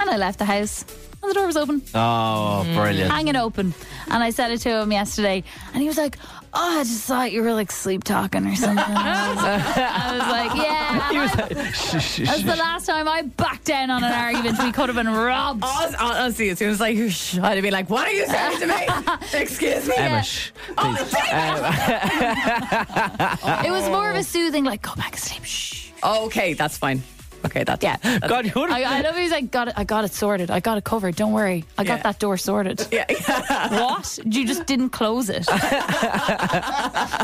S5: and I left the house and the door was open
S4: Oh, brilliant.
S5: hanging open. And I said it to him yesterday, and he was like, "Oh, I just thought you were like sleep talking or something." And I was I was like, "Yeah."
S4: He was like, shh, shh,
S5: That's
S4: shh.
S5: the last time I backed down on an argument. We could have been robbed.
S6: Hon- Honestly, as soon as I I'd be like, "What are you saying to me? Excuse me."
S4: Emma, shh, please.
S5: It was more of a soothing, like, "Go back to sleep." Shh.
S6: Okay, that's fine. Okay, that's
S5: Yeah.
S4: God, you would
S5: I, I
S4: have
S5: love. He's like, "Got it. I got it sorted. I got it covered. Don't worry. I got
S6: Yeah.
S5: that door sorted."
S6: Yeah, yeah.
S5: What? You just didn't close it.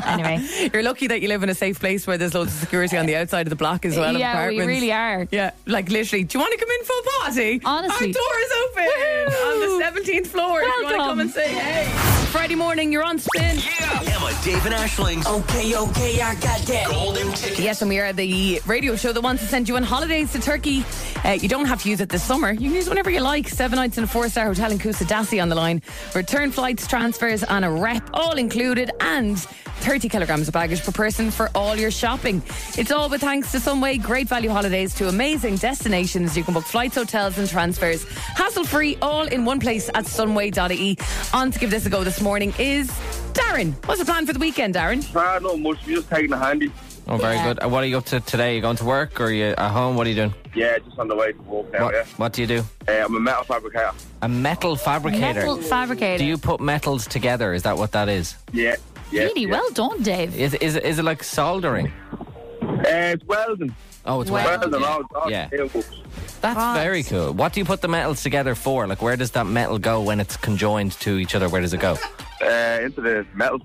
S5: anyway,
S6: You're lucky that you live in a safe place where there's loads of security on the outside of the block as well. of
S5: yeah, we
S6: apartments.
S5: really are.
S6: Yeah, like literally. Do you want to come in for a party?
S5: Honestly.
S6: our door is open on the 17th floor. If you want to
S5: Welcome.
S6: come and say hey. Friday morning, you're on spin.
S1: Emma, Dave, and Ashling's
S9: Okay, okay, I got that.
S1: Golden Ticket.
S6: Yes, and we are the radio show that wants to send you on holidays to Turkey. Uh, you don't have to use it this summer. You can use it whenever you like. Seven nights in a four-star hotel in Kusadasi on the line. Return flights, transfers, and a rep, all included, and 30 kilograms of baggage per person for all your shopping. It's all with thanks to Sunway. Great value holidays to amazing destinations. You can book flights, hotels, and transfers hassle-free, all in one place at sunway.ie. E. On to give this a go this morning is Darren. What's the plan for the weekend, Darren?
S10: Ah, not much. We're just taking a handy.
S4: Oh, very
S5: Yeah.
S4: good. And what are you up to today? You going to work or are you at home? What are you doing?
S10: Yeah, just on the way to walk now,
S4: What, what do you do?
S10: yeah. Uh, I'm a metal fabricator.
S4: A metal fabricator.
S5: Metal fabricator.
S4: Do you put metals together? Is that what that is?
S10: Yeah. yeah
S5: really
S10: yeah.
S5: well done, Dave.
S4: Is is is it like soldering?
S10: Uh, it's welding.
S4: Oh, it's
S5: Well-
S4: well.
S10: Welding. all- all
S4: Yeah.
S10: steel books.
S4: That's
S5: Right.
S4: very cool. What do you put the metals together for? Like, where does that metal go when it's conjoined to each other? Where does it go?
S10: Uh, into the metal.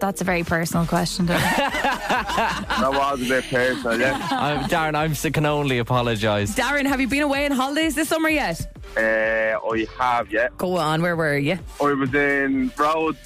S5: That's a very personal question. Dave.
S10: That was a bit personal, yeah.
S4: I'm, Darren, I am can only apologise.
S6: Darren, have you been away on holidays this summer yet?
S10: Uh, I have, yeah.
S6: Go on, where were you?
S10: I was in Rhodes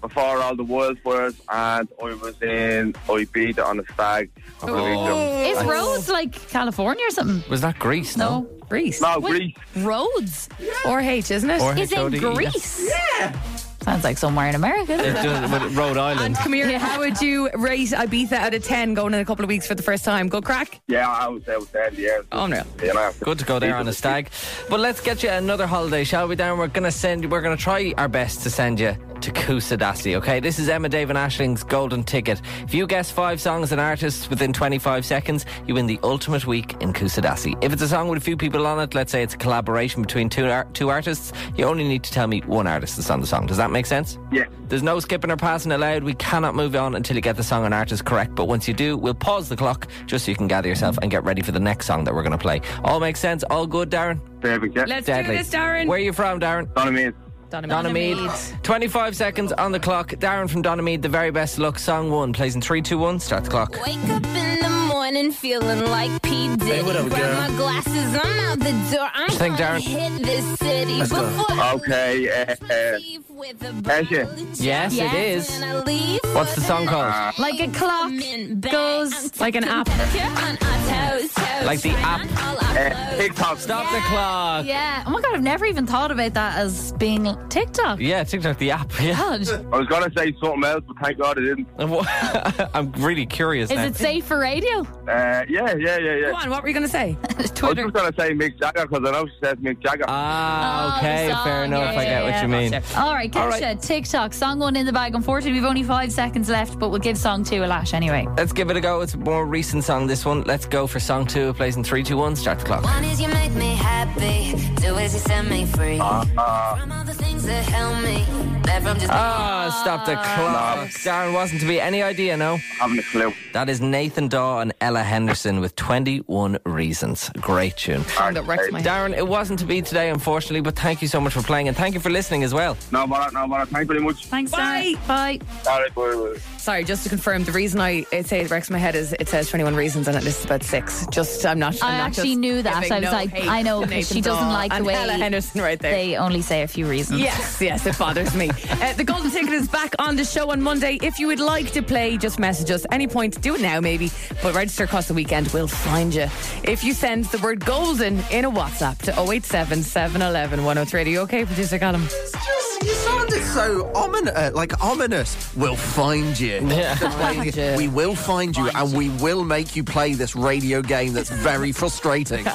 S10: before all the world was, and I was in Ibiza on a stag.
S5: Oh.
S10: a couple of weeks ago.
S5: Is Rhodes like California or something?
S4: Was that Greece? No.
S5: No.
S6: Greece.
S10: No,
S5: What?
S10: Greece.
S5: Rhodes
S6: Or H, isn't it?
S4: Or
S5: is in
S4: HODE.
S5: Greece. Yeah. Sounds like somewhere in America.
S4: It does- but Rhode Island.
S6: Come here, how would you rate Ibiza out of 10 going in a couple of weeks for the first time? Good crack?
S10: Yeah, I was there with that, yeah.
S6: Oh, no.
S10: You know,
S4: Good to go there on a stag. But let's get you another holiday, shall we, Darren? We're gonna send you we're gonna try our best to send you to Kusadasi, okay? This is Emma Dave and Ashling's golden ticket. If you guess five songs and artists within twenty five seconds, you win the ultimate week in Kusadasi. If it's a song with a few people on it, let's say it's a collaboration between two ar- two artists, you only need to tell me one artist that's on the song. Does that make sense?
S10: Yeah.
S4: There's no skipping or passing allowed. We cannot move on until you get the song and artist correct. But once you do, we'll pause the clock just so you can gather yourself and get ready for the next song that we're going to play. All makes sense. All good, Darren.
S10: Perfect, yeah.
S6: Let's
S4: Deadly.
S6: do this, Darren.
S4: Where are you from, Darren?
S10: Don't know what I mean?
S6: Donovan.
S4: Donamead. 25 seconds on the clock. Darren from Donamead, the very best luck. Song one plays in three, two, one. Start the clock.
S2: Wake up in the morning feeling like P. Diddy. Grab my glasses, I'm out the door. I'm
S4: think,
S2: gonna
S4: Darren?
S2: hit this city
S8: go.
S2: before I
S10: Okay, uh, uh,
S2: leave with a
S10: Ashley.
S2: bottle of
S4: Yes,
S2: gin.
S4: it is.
S2: When I leave
S4: What's the
S2: with
S4: song
S2: an
S4: called?
S5: Like a clock
S2: open bag, I'm
S5: goes.
S6: Like an app.
S2: taking care on our toes, toes,
S4: Like the
S2: trying
S4: app.
S2: on all our
S10: uh,
S2: clothes.
S10: TikTok.
S4: Stop the clock.
S5: Yeah. Oh my god, I've never even thought about that as being TikTok.
S4: Yeah, TikTok, the app. Yeah.
S5: God. Is
S10: I was going to say something else, but thank God I didn't.
S4: I'm really curious now.
S5: Oh. it safe for radio?
S10: Uh, yeah, yeah, yeah, yeah.
S6: Go on, what were you going to say?
S10: I was
S5: Twitter.
S10: just going to say Mick Jagger because I know she says Mick Jagger.
S4: Ah,
S5: Oh,
S4: okay.
S5: the song.
S4: Fair enough.
S5: Yeah,
S4: I get
S5: yeah,
S4: what
S5: yeah.
S4: you mean.
S5: All right, Kesha, TikTok, song one in the bag. Unfortunately, we've only five seconds left, but we'll give song two a lash anyway.
S4: Let's give it a go. It's a more recent song, this one. Let's go for song two. It plays in three, two, one. Start the clock.
S11: One is you make me happy, two is you set me free.
S10: Ah,
S11: From all the things that help me, that from just
S4: Ah, stop the clock. Darren wasn't to be any idea, no?
S10: Having a clue.
S4: That is Nathan Daw and Ella Henderson with 21 Reasons. Great tune.
S6: Song that wrecks my head.
S4: Darren, it wasn't to be today, unfortunately, but thank you so much for playing and thank you for listening as well.
S10: No, but no, but thank you very much.
S5: Thanks,
S6: Bye.
S5: Darren. Bye.
S10: All right, bye, bye.
S6: Sorry, just to confirm, the reason I it say it wrecks my head is it says 21 reasons and it lists about six. Just, I'm not
S5: I
S6: I'm not
S5: actually
S6: just
S5: knew that.
S6: giving
S5: I was
S6: no
S5: like,
S6: hate
S5: I know,
S6: to
S5: 'cause
S6: Nathan
S5: she doesn't
S6: Dahl
S5: like the
S6: and
S5: way
S6: Ella Henderson right there.
S5: They only say a few reasons.
S6: Yes, yes, it bothers me. Uh, the Golden Ticket is back on the show on Monday. If you would like to play, just message us. Any point, do it now maybe, but register across the weekend. We'll find you. If you send the word oh golden in a WhatsApp to 087 711 103. Are you okay, producer Callum?
S9: Just, you sort
S7: sounded so ominous, uh, like ominous. We'll find you.
S12: Yeah.
S7: To play the- we will find you, and we will make you play this radio game that's very frustrating.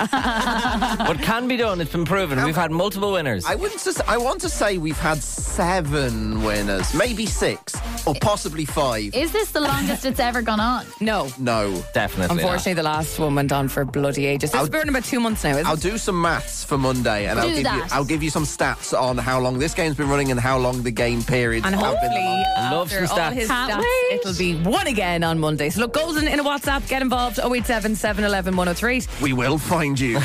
S4: what can be done? It's been proven. We've had multiple winners.
S7: I wouldn't. Just, I want to say we've had seven winners, maybe six, or possibly five.
S5: Is this the longest it's ever gone on?
S6: No.
S7: No,
S4: definitely.
S6: Unfortunately, the last one went on for bloody ages. It's been about two months now, isn't
S7: I'll
S6: it?
S7: do some maths for Monday, and I'll
S6: Do
S7: give you
S6: that.
S7: I'll give you some stats on how long this game's been running and how long the game periods
S6: And
S7: have been.
S6: hopefully,
S7: I love
S6: after
S7: some
S6: all
S7: stats.
S6: his
S7: Can't
S6: stats,
S7: wait.
S6: it'll be one again on Monday. So look, golden in a WhatsApp, get involved 087 711 103.
S7: We will find you.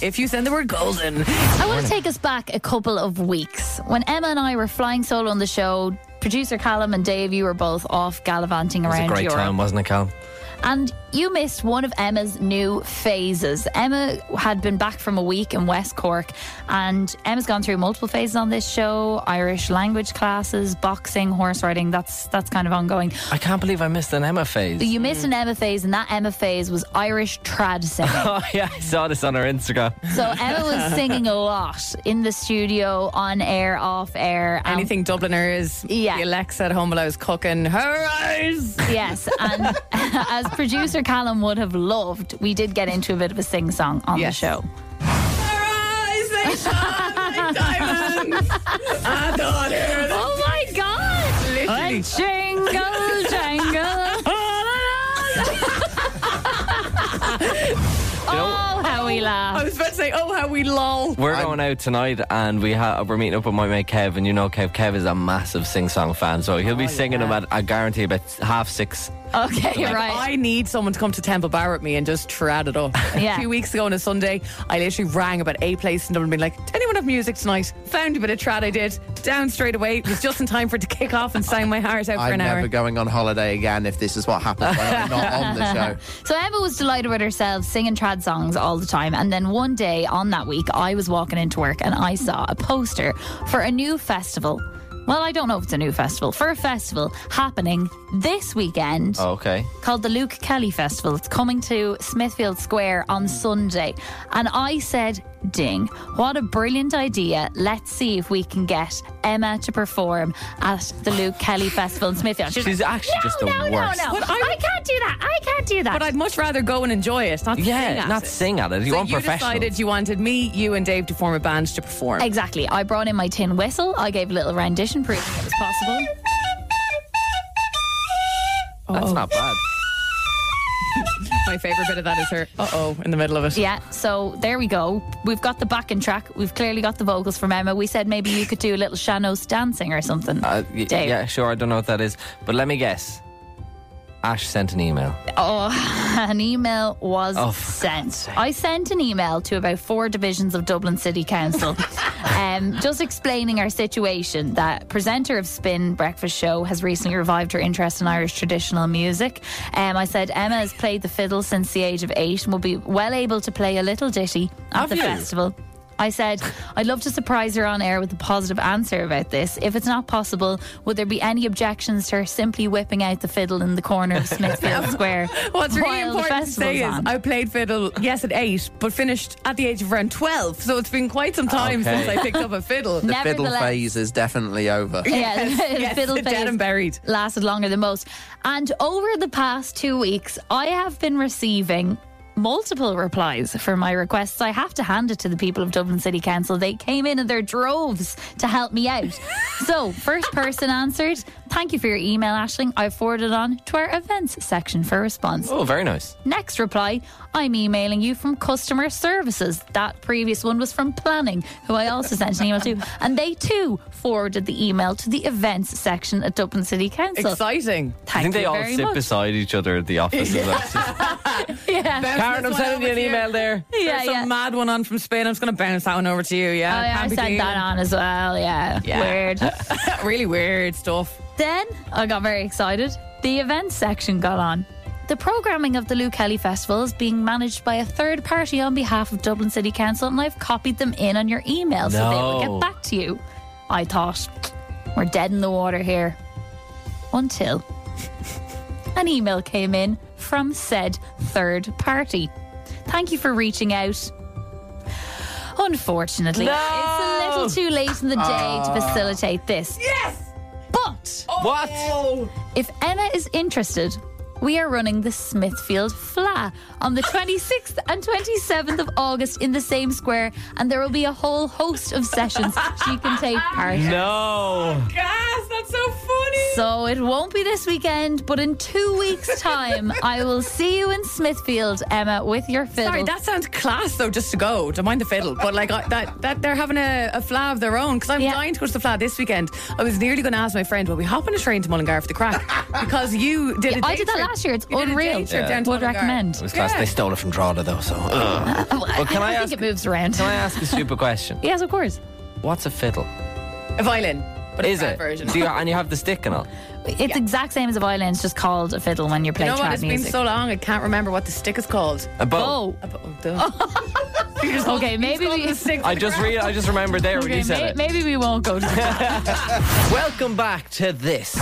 S6: if you send the word golden.
S5: I want to take us back a couple of weeks when Emma and I were flying solo on the show. Producer Callum and Dave, you were both off gallivanting
S4: It was a
S5: around
S4: great
S5: Europe.
S4: time, wasn't it, Cal?
S5: And you missed one of Emma's new phases. Emma had been back from a week in West Cork, and Emma's gone through multiple phases on this show: Irish language classes, boxing, horse riding. That's that's kind of ongoing.
S4: I can't believe I missed an Emma phase.
S5: You missed an Emma phase, and that Emma phase was Irish trad singing.
S4: Oh yeah, I saw this on her Instagram.
S5: So Emma was singing a lot in the studio, on air, off air. and-
S6: Anything Dubliners,
S5: yeah.
S6: the Alexa at home while I was cooking. Her eyes!
S5: Yes, and as producer Callum would have loved, we did get into a bit of a sing song on the show.
S12: I thought it was-
S5: Oh my god!
S12: Literally.
S5: A jingle jangle. oh, how we laugh.
S6: I was about to say, oh, how we lol.
S4: We're going out tonight, and we ha- we're meeting up with my mate Kev, and you know Kev. Kev is a massive sing song fan, so
S5: Oh,
S4: he'll be singing them at I guarantee about half six.
S5: Okay,
S6: Oh. Like,
S5: right.
S6: I need someone to come to Temple Bar with me and just trad it up. Like,
S5: Yeah.
S6: Two weeks ago on a Sunday, I literally rang about a place in Dublin, being like, "Does anyone have music tonight?" Found a bit of trad I did down straight away. It was just in time for it to kick off and sound my heart out for
S7: I'm
S6: an
S7: never
S6: hour.
S7: going on holiday again if this is what happens when I'm not on the show.
S5: So Emma was delighted with herself, singing trad songs all the time. And then one day on that week, I was walking into work and I saw a poster for a new festival. Well, I don't know if it's a new festival, for a festival happening this weekend.
S4: Oh, okay.
S5: Called the Luke Kelly Festival. It's coming to Smithfield Square on Sunday. And I said, Ding, what a brilliant idea. Let's see if we can get Emma to perform at the Luke Kelly Festival in Smithfield. She was
S4: She's
S5: like,
S4: actually just the
S5: no, no,
S4: worst.
S5: No, no,
S4: But
S5: I can't do that. I can't do that.
S6: But I'd much rather go and enjoy it, not sing
S4: Yeah,
S6: at
S4: not
S6: it.
S4: sing at it. You
S6: so
S4: want
S6: you
S4: professional.
S6: decided you wanted me, you, and Dave to form a band to perform.
S5: Exactly. I brought in my tin whistle. I gave a little rendition, proving it was possible.
S4: That's not
S5: Oh.
S4: bad.
S6: My favorite bit of that is her. Uh oh, in the middle of it.
S5: Yeah, so there we go. We've got the backing track. We've clearly got the vocals from Emma. We said maybe you could do a little Shanos dancing or something.
S4: Uh, y-
S5: Dave.
S4: yeah, sure. I don't know what that is, but let me guess. Ash sent an email.
S5: Oh, an email was
S4: Oh, for
S5: sent. I sent an email to about four divisions of Dublin City Council, um, just explaining our situation. That presenter of Spin Breakfast Show has recently revived her interest in Irish traditional music. Um, I said Emma has played the fiddle since the age of eight and will be well able to play a little ditty at
S4: Have
S5: the
S4: you?
S5: festival. I said, I'd love to surprise her on air with a positive answer about this. If it's not possible, would there be any objections to her simply whipping out the fiddle in the corner of Smithfield Square?
S6: What's really
S5: while the
S6: important to say is
S5: festival's on?
S6: I played fiddle, yes, at eight, but finished at the age of around 12. So it's been quite some time
S7: Okay.
S6: since I picked up a fiddle.
S7: The fiddle phase is definitely over.
S5: Yeah,
S6: Yes, yes,
S5: fiddle
S6: dead
S5: phase
S6: and buried.
S5: lasted longer than most. And over the past two weeks, I have been receiving multiple replies for my requests. I have to hand it to the people of Dublin City Council. They came in in their droves to help me out. so, first person answered, thank you for your email, Ashling. I forwarded on to our events section for response.
S4: Oh, very nice.
S5: Next reply, I'm emailing you from customer services. That previous one was from planning, who I also sent an email to. And they too forwarded the email to the events section at Dublin City Council.
S6: Exciting.
S4: I think
S5: you
S4: they all
S5: very
S4: sit
S5: much.
S4: beside each other at the office.
S5: Yeah. Yeah.
S6: Karen, I'm sending you an email there.
S5: Yeah,
S6: There's some
S5: yeah.
S6: mad one on from Spain. I'm just going to bounce that one over to you. Yeah,
S5: Oh, yeah, I
S6: Can't be
S5: sent
S6: doing
S5: that
S6: it.
S5: on as well. Yeah, weird.
S4: Uh,
S6: really weird stuff.
S5: Then I got very excited. The events section got on. The programming of the Lou Kelly Festival is being managed by a third party on behalf of Dublin City Council, and I've copied them in on your email so they will
S12: No.
S5: get back to you. I thought, we're dead in the water here. Until an email came in from said third party. Thank you for reaching out. Unfortunately, it's a little too late in the day
S4: Ah.
S5: to facilitate this. Yes! But.
S4: What?
S5: If Emma is interested, we are running the Smithfield Fla on the 26th and 27th of August in the same square, and there will be a whole host of sessions she can take part in.
S4: No.
S6: Gas, that's so funny.
S5: So it won't be this weekend, but in two weeks' time, I will see you in Smithfield, Emma, with your fiddle.
S6: Sorry, that sounds class though, just to go. Don't mind the fiddle, but like I, that, that they're having a, a fla of their own because I'm dying to go to the fla this weekend. I was nearly going to ask my friend, "Will we hop on a train to Mullingar for the crack?" Because you did.
S5: Yeah,
S6: a
S5: I
S6: day
S5: did that
S6: trip.
S5: last year. It's
S6: You did a day
S5: unreal.
S6: trip
S4: Yeah.
S6: down to
S5: Would
S6: Mullingar.
S5: recommend.
S4: It was class. They stole it from Drogheda though, so. Ugh. But can I,
S5: I
S4: ask?
S5: think it moves around.
S4: Can I ask a stupid question?
S5: Yes, of course.
S4: What's a fiddle?
S6: A violin. But
S4: Is
S6: a
S4: it?
S6: crack Version.
S4: Do you, and you have the stick and all.
S5: It's exact same as a violin. It's just called a fiddle when you're
S6: You
S5: playing
S6: know what?
S5: trad
S6: It's
S5: music. Oh,
S6: been so long, I can't remember what the stick is called.
S4: A bow.
S6: A bow. duh. You just
S5: Okay, maybe we.
S4: Oh, I just re- I just remembered there when
S5: Okay,
S4: you said
S5: may-
S4: it.
S5: Maybe we won't go to the
S4: Welcome back to this.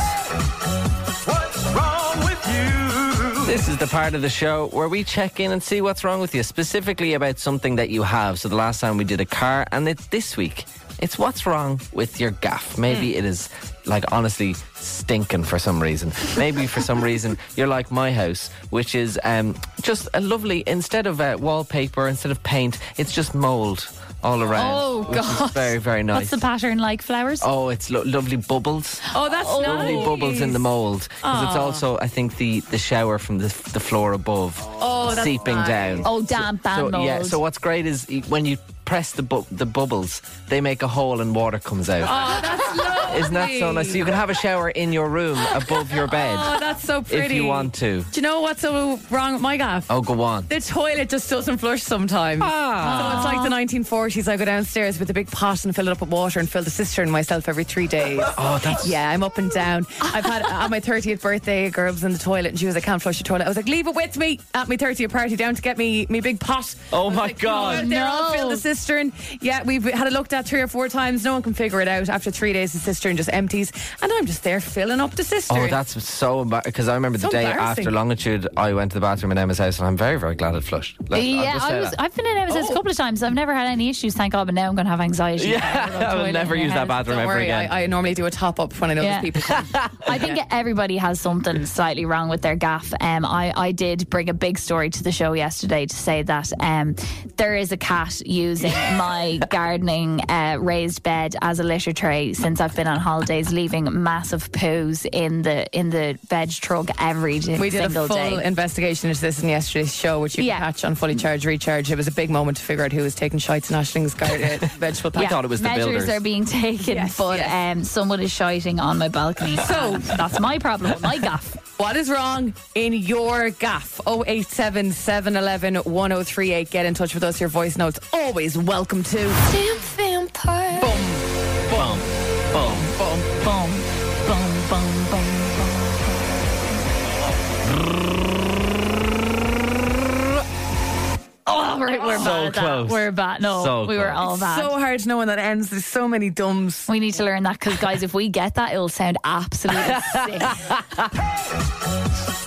S1: What's wrong with you?
S4: This is the part of the show where we check in and see what's wrong with you, specifically about something that you have. So the last time we did a car, and it's this week. It's what's wrong with your gaff. Maybe
S5: Hmm.
S4: it is like honestly stinking for some reason. Maybe for some reason you're like my house, which is um, just a lovely instead of uh, wallpaper, instead of paint, it's just mold all around.
S5: Oh,
S4: which is
S5: God.
S4: very very nice.
S5: What's the pattern like? Flowers?
S4: Oh, it's lo- lovely bubbles.
S5: Oh, that's
S4: lovely
S5: nice.
S4: bubbles in the mold because it's
S5: Aw.
S4: also, I think, the the shower from the the floor above
S5: Oh, that's
S4: seeping
S5: nice.
S4: down.
S5: Oh, damp
S4: So
S5: and
S4: yeah.
S5: mold.
S4: So what's great is y- when you press the bu- the bubbles, they make a hole and water comes out.
S6: Oh, that's lovely.
S4: Isn't that so nice? So you can have a shower in your room above your bed.
S6: Oh, that's so pretty.
S4: If you want to.
S6: Do you know what's so wrong with my gaff?
S4: Oh, go on.
S6: The toilet just doesn't flush sometimes.
S4: Ah.
S6: So it's like the 1940s. I go downstairs with a big pot and fill it up with water and fill the cistern myself every three days.
S4: Oh, that's-
S6: yeah. I'm up and down. I've had on my 30th birthday, a girl was in the toilet and she was like, "Can't flush the toilet." I was like, "Leave it with me." At my 30th party, down to get me me big pot.
S4: Oh,
S6: I was
S4: my
S6: like, "Come
S4: God.
S6: out there, I'll fill
S4: No.
S6: the cistern. Yeah, we've had it looked at three or four times. No one can figure it out. After three days, the cistern just empties, and I'm just there filling up the cistern.
S4: Oh, that's so embarrassing. Because I remember the
S6: So
S4: day
S6: embarrassing.
S4: after longitude, I went to the bathroom in Emma's house, and I'm very, very glad it flushed. Like, I'll
S5: yeah,
S4: just say
S5: I was,
S4: that.
S5: I've been in Emma's house a couple of times. I've never had any issues, thank God. But now I'm going to have anxiety.
S4: Yeah, I will never use that bathroom
S6: Don't
S4: ever
S6: worry,
S4: again.
S6: I, I normally do a top up when I know
S5: Yeah.
S6: there's people.
S5: I think everybody has something slightly wrong with their gaff. Um, I, I did bring a big story to the show yesterday to say that um, there is a cat using my gardening uh, raised bed as a litter tray since I've been on holidays, leaving massive poos in the in the veg truck every d-
S6: We did a
S5: single
S6: full
S5: day.
S6: investigation into this in yesterday's show, which you
S5: Yeah.
S6: can catch on Fully Charged Recharge. It was a big moment to figure out who was taking shites in Ashing's garden vegetable patch.
S5: Yeah, measures are being taken, but um, someone is shiting on my balcony. So that's my problem. with My gaff.
S6: What is wrong in your gaff? 087 711 1038. Get in touch with us. Your voice notes always welcome to. Damn vampire. Boom.
S4: Boom. Boom.
S6: Boom.
S5: Boom. Boom. Boom. Boom. Oh, we're, we're
S6: So
S5: bad at
S6: close.
S5: that. We're bad. No,
S6: So
S5: we were
S6: close.
S5: all
S6: It's
S5: bad.
S6: so hard to know when that ends. There's so many dumbs.
S5: We need to learn that because, guys, if we get that, it'll sound absolutely sick.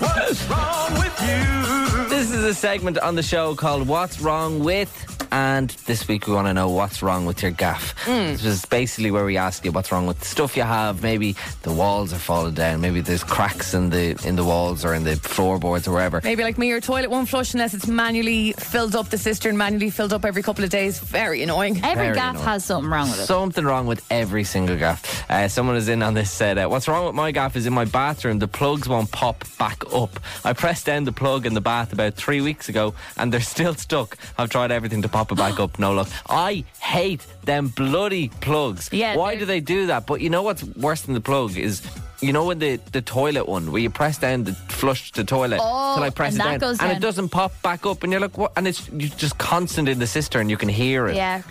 S1: What's wrong with you?
S4: This is a segment on the show called What's Wrong With? And this week we want to know what's wrong with your gaff.
S1: Mm.
S4: This is basically where we ask you what's wrong with the stuff you have. Maybe the walls are falling down. Maybe there's cracks in the in the walls or in the floorboards or wherever.
S6: Maybe like me, your toilet won't flush unless it's manually filled up. The cistern manually filled up every couple of days. Very annoying.
S4: Every Very gaff annoying. has
S5: something wrong with
S4: Something wrong with every single gaff. Uh, someone is in on this said, uh, What's wrong with my gaff is in my bathroom, the plugs won't pop back up. I pressed down the plug in the bath about three weeks ago and they're still stuck. I've tried everything to pop it back up, no luck. I hate them bloody plugs.
S5: Yeah,
S4: Why do they do that? But you know what's worse than the plug is. You know when the, the toilet one where you press down the flush the toilet
S5: Oh,
S4: till I press
S5: and
S4: it
S5: that
S4: down,
S5: goes
S4: and it
S5: down.
S4: doesn't pop back up and you're like what and it's you just constant in the cistern you can hear it
S5: Yeah.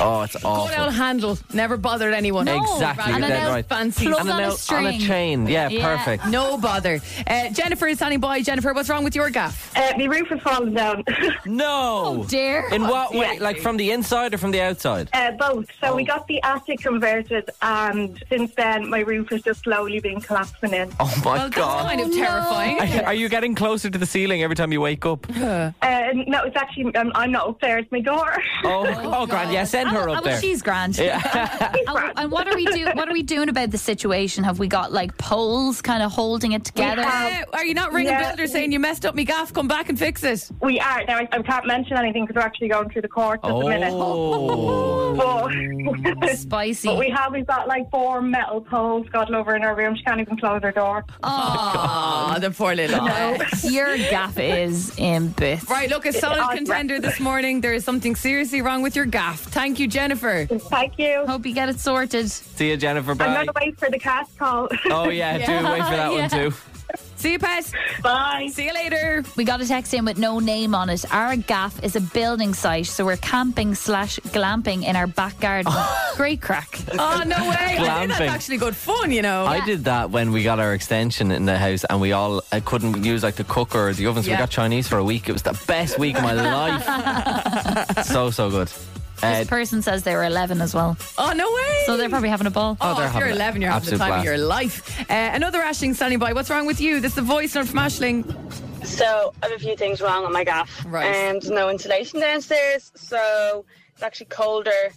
S4: oh it's awful
S6: Good old handle. Never bothered anyone.
S4: Exactly,
S6: And
S4: you're
S6: an
S4: dead
S6: elf
S4: right.
S6: fancy.
S4: Plug And an on a elf on a string. chain. Yeah, perfect.
S6: No bother. Uh, Jennifer is standing by. Jennifer, what's wrong with your gaff?
S13: Uh, my roof has fallen down.
S4: No.
S13: Oh, dear.
S4: In what way?
S13: Yeah.
S4: Like from the inside or from the outside?
S13: Uh, both. So we got the attic converted, and since then my roof has just slowly slowly been collapsing in.
S4: Oh my god!
S13: terrifying.
S4: Are- Are you getting closer to the ceiling every time you wake up?
S13: Uh, no, it's actually um, I'm not up there. It's my daughter.
S4: Oh, oh, grand. Yeah, send her
S5: Oh,
S4: up
S5: well,
S4: there.
S5: she's grand.
S4: Yeah.
S5: and, and what are we do? What are we doing about the situation? Have we got like poles kind of holding it together?
S6: Yeah, Uh, are you not ringing
S5: Yeah.
S6: builder saying you messed up me gaff? Come back and fix it.
S13: We are now. I, I can't mention anything because we're actually going through the courts at the minute.
S4: Oh.
S13: But,
S5: Spicy.
S13: But we have. We've got like four metal poles. God love her in her room. She can't even close her door.
S6: Aw, the poor little.
S5: Your gaff is in bits.
S6: Right, look, a solid contender this morning. There is something seriously wrong with your gaff. Thank you, Jennifer.
S13: Thank you.
S5: Hope you get it sorted.
S4: See you, Jennifer.
S13: I'm
S4: Bye.
S13: going to wait for the cast call.
S4: Oh yeah, do wait for that one too.
S6: See you, Pat.
S13: Bye.
S6: See you later.
S5: We got a text in with no name on it. Our gaff is a building site, so we're camping slash glamping in our back garden. Great crack.
S6: Oh, no way. I think that's
S4: Glamping.
S6: actually good fun, you know.
S4: I did that when we got our extension in the house, and we all I couldn't use like the cooker or the oven, so
S6: Yeah.
S4: we got Chinese for a week. It was the best week of my life. So so good. Uh,
S5: This person says they were 11 as well.
S6: Oh, no way.
S5: So they're probably having a ball.
S6: Oh,
S4: they're
S6: if you're
S4: having an
S6: 11, you're having the
S4: absolute
S6: time of
S4: blast.
S6: your life. Uh, another Ashling standing by. What's wrong with you? This is the voice note from Ashling.
S14: So I have a few things wrong on my gaff.
S6: Right.
S4: Um,
S14: And no insulation downstairs, so it's actually colder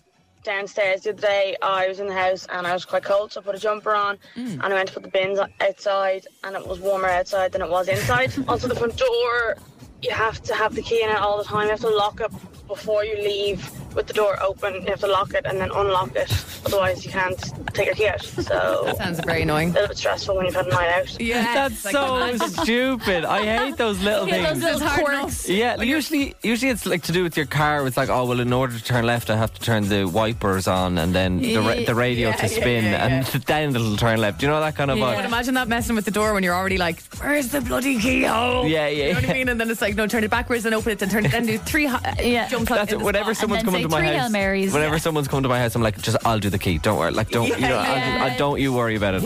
S14: downstairs. The other day I was in the house and I was quite cold, so I put a jumper on and I went to put the bins outside and it was warmer outside than it was inside. also the front door you have to have the key in it all the time. You have to lock it before you leave with the door open. You have to lock it and then unlock it. Otherwise you can't take your key out. So
S6: That sounds very annoying.
S14: A little bit stressful when you've had a night out.
S6: Yeah,
S4: That's so stupid. I hate those little
S14: Yeah, those
S4: things.
S14: little Those hard
S5: quirks.
S4: Yeah, usually usually it's like to do with your car. It's like, oh well, in order to turn left, I have to turn the wipers on and then the ra- the radio
S6: Yeah,
S4: to
S6: yeah,
S4: spin,
S6: yeah,
S4: and then it'll turn left. You know that kind of
S6: But
S4: vibe.
S6: imagine that messing with the door when you're already like, where's the bloody keyhole?
S4: Yeah, yeah,
S6: You know what I
S4: yeah.
S6: mean? And then it's like, no, turn it backwards and open it, then turn it, then do three ho- yeah. jumps on
S4: That's
S6: in
S4: it.
S6: the
S4: Whenever
S6: spot.
S4: someone's
S6: And
S4: coming
S6: then
S4: to
S6: say
S4: my
S6: three Hail
S4: house,
S6: Marys.
S4: whenever someone's come to my house, I'm like, just I'll do the key. Don't worry. Like, don't you know? I'll do, I, don't you worry about it.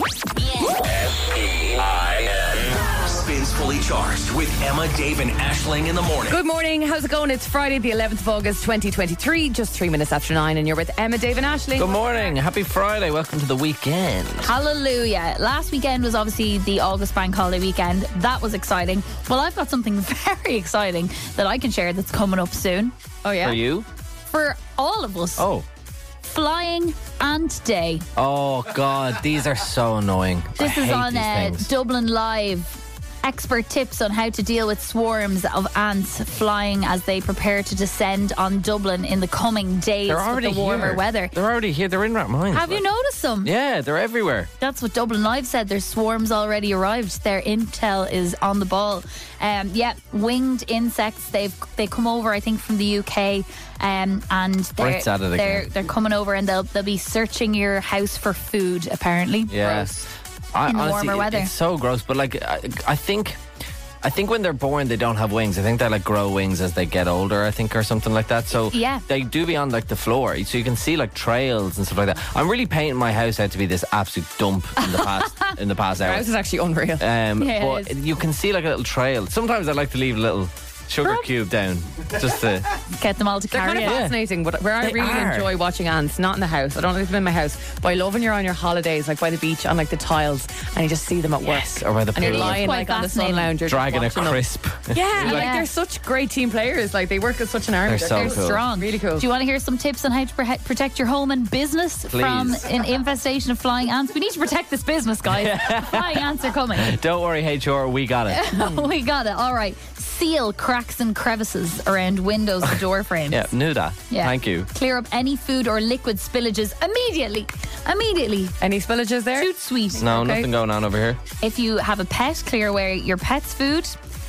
S1: S-P-I-N. E Spins fully charged with Emma, Dave, and Ashling in the morning.
S6: Good morning. How's it going? It's Friday, the 11th of August, 2023, just three minutes after nine, and you're with Emma, Dave, and Ashley.
S4: Good morning. Happy Friday. Welcome to the weekend.
S5: Hallelujah. Last weekend was obviously the August bank holiday weekend. That was exciting. Well, I've got something very exciting that I can share that's coming up soon.
S6: Oh, yeah.
S4: For you?
S5: For all of us.
S4: Oh.
S5: Flying Ant Day.
S4: Oh God, these are so annoying. I
S5: This is
S4: hate
S5: on
S4: these
S5: uh,
S4: things.
S5: Dublin Live. Expert tips on how to deal with swarms of ants flying as they prepare to descend on Dublin in the coming days
S4: They're
S5: with
S4: already
S5: the warmer
S4: here.
S5: weather.
S4: They're already here. They're in our minds.
S5: Have you noticed them?
S4: Yeah, they're everywhere.
S5: That's what Dublin Live said. Their swarms already arrived. Their intel is on the ball. Um, yeah, winged insects. They've they come over, I think, from the UK, um, and they're
S4: Brits at it again.
S5: they're they're coming over and they'll they'll be searching your house for food. Apparently,
S4: Yes. I,
S5: In the
S4: honestly,
S5: warmer
S4: it-
S5: weather.
S4: It's so gross, but like I, I think I think when they're born they don't have wings. I think they like grow wings as they get older, I think or something like that. So
S5: Yeah.
S4: they do be on like the floor. So you can see like trails and stuff like that. I'm really painting my house out to be this absolute dump in the past in the past hour.
S6: Your house is actually unreal.
S4: Um,
S6: Yeah, it
S4: but
S6: is.
S4: you can see like a little trail. Sometimes I like to leave a little sugar cube down just to
S5: get them all to
S6: They're
S5: carry
S6: kind of
S5: it.
S6: fascinating, but where I
S5: They
S6: really
S5: are.
S6: enjoy watching ants, not in the house. I don't like them in my house, but I love when you're on your holidays, like by the beach on like the tiles, and you just see them at work.
S4: or by the
S6: and you're
S4: pool.
S6: lying
S4: Quite
S6: like on the sun
S4: fascinating.
S6: lounger,
S4: Dragging a crisp.
S6: Yeah, and, like,
S5: Yeah.
S6: they're such great team players. Like they work as such an army.
S4: They're so cool.
S5: strong. Really cool. Do you want to hear some tips on how to prohe- protect your home and business
S4: Please.
S5: from an infestation of flying ants? We need to protect this business, guys. flying ants are coming.
S4: Don't worry, HR, we got it.
S5: we got it. All right. Seal cracks and crevices around windows and door frames.
S4: Yeah, knew that. Thank you.
S5: Clear up any food or liquid spillages immediately. Immediately.
S6: Any spillages there?
S5: Too sweet.
S4: No,
S5: Okay.
S4: nothing going on over here.
S5: If you have a pet, clear away your pet's food.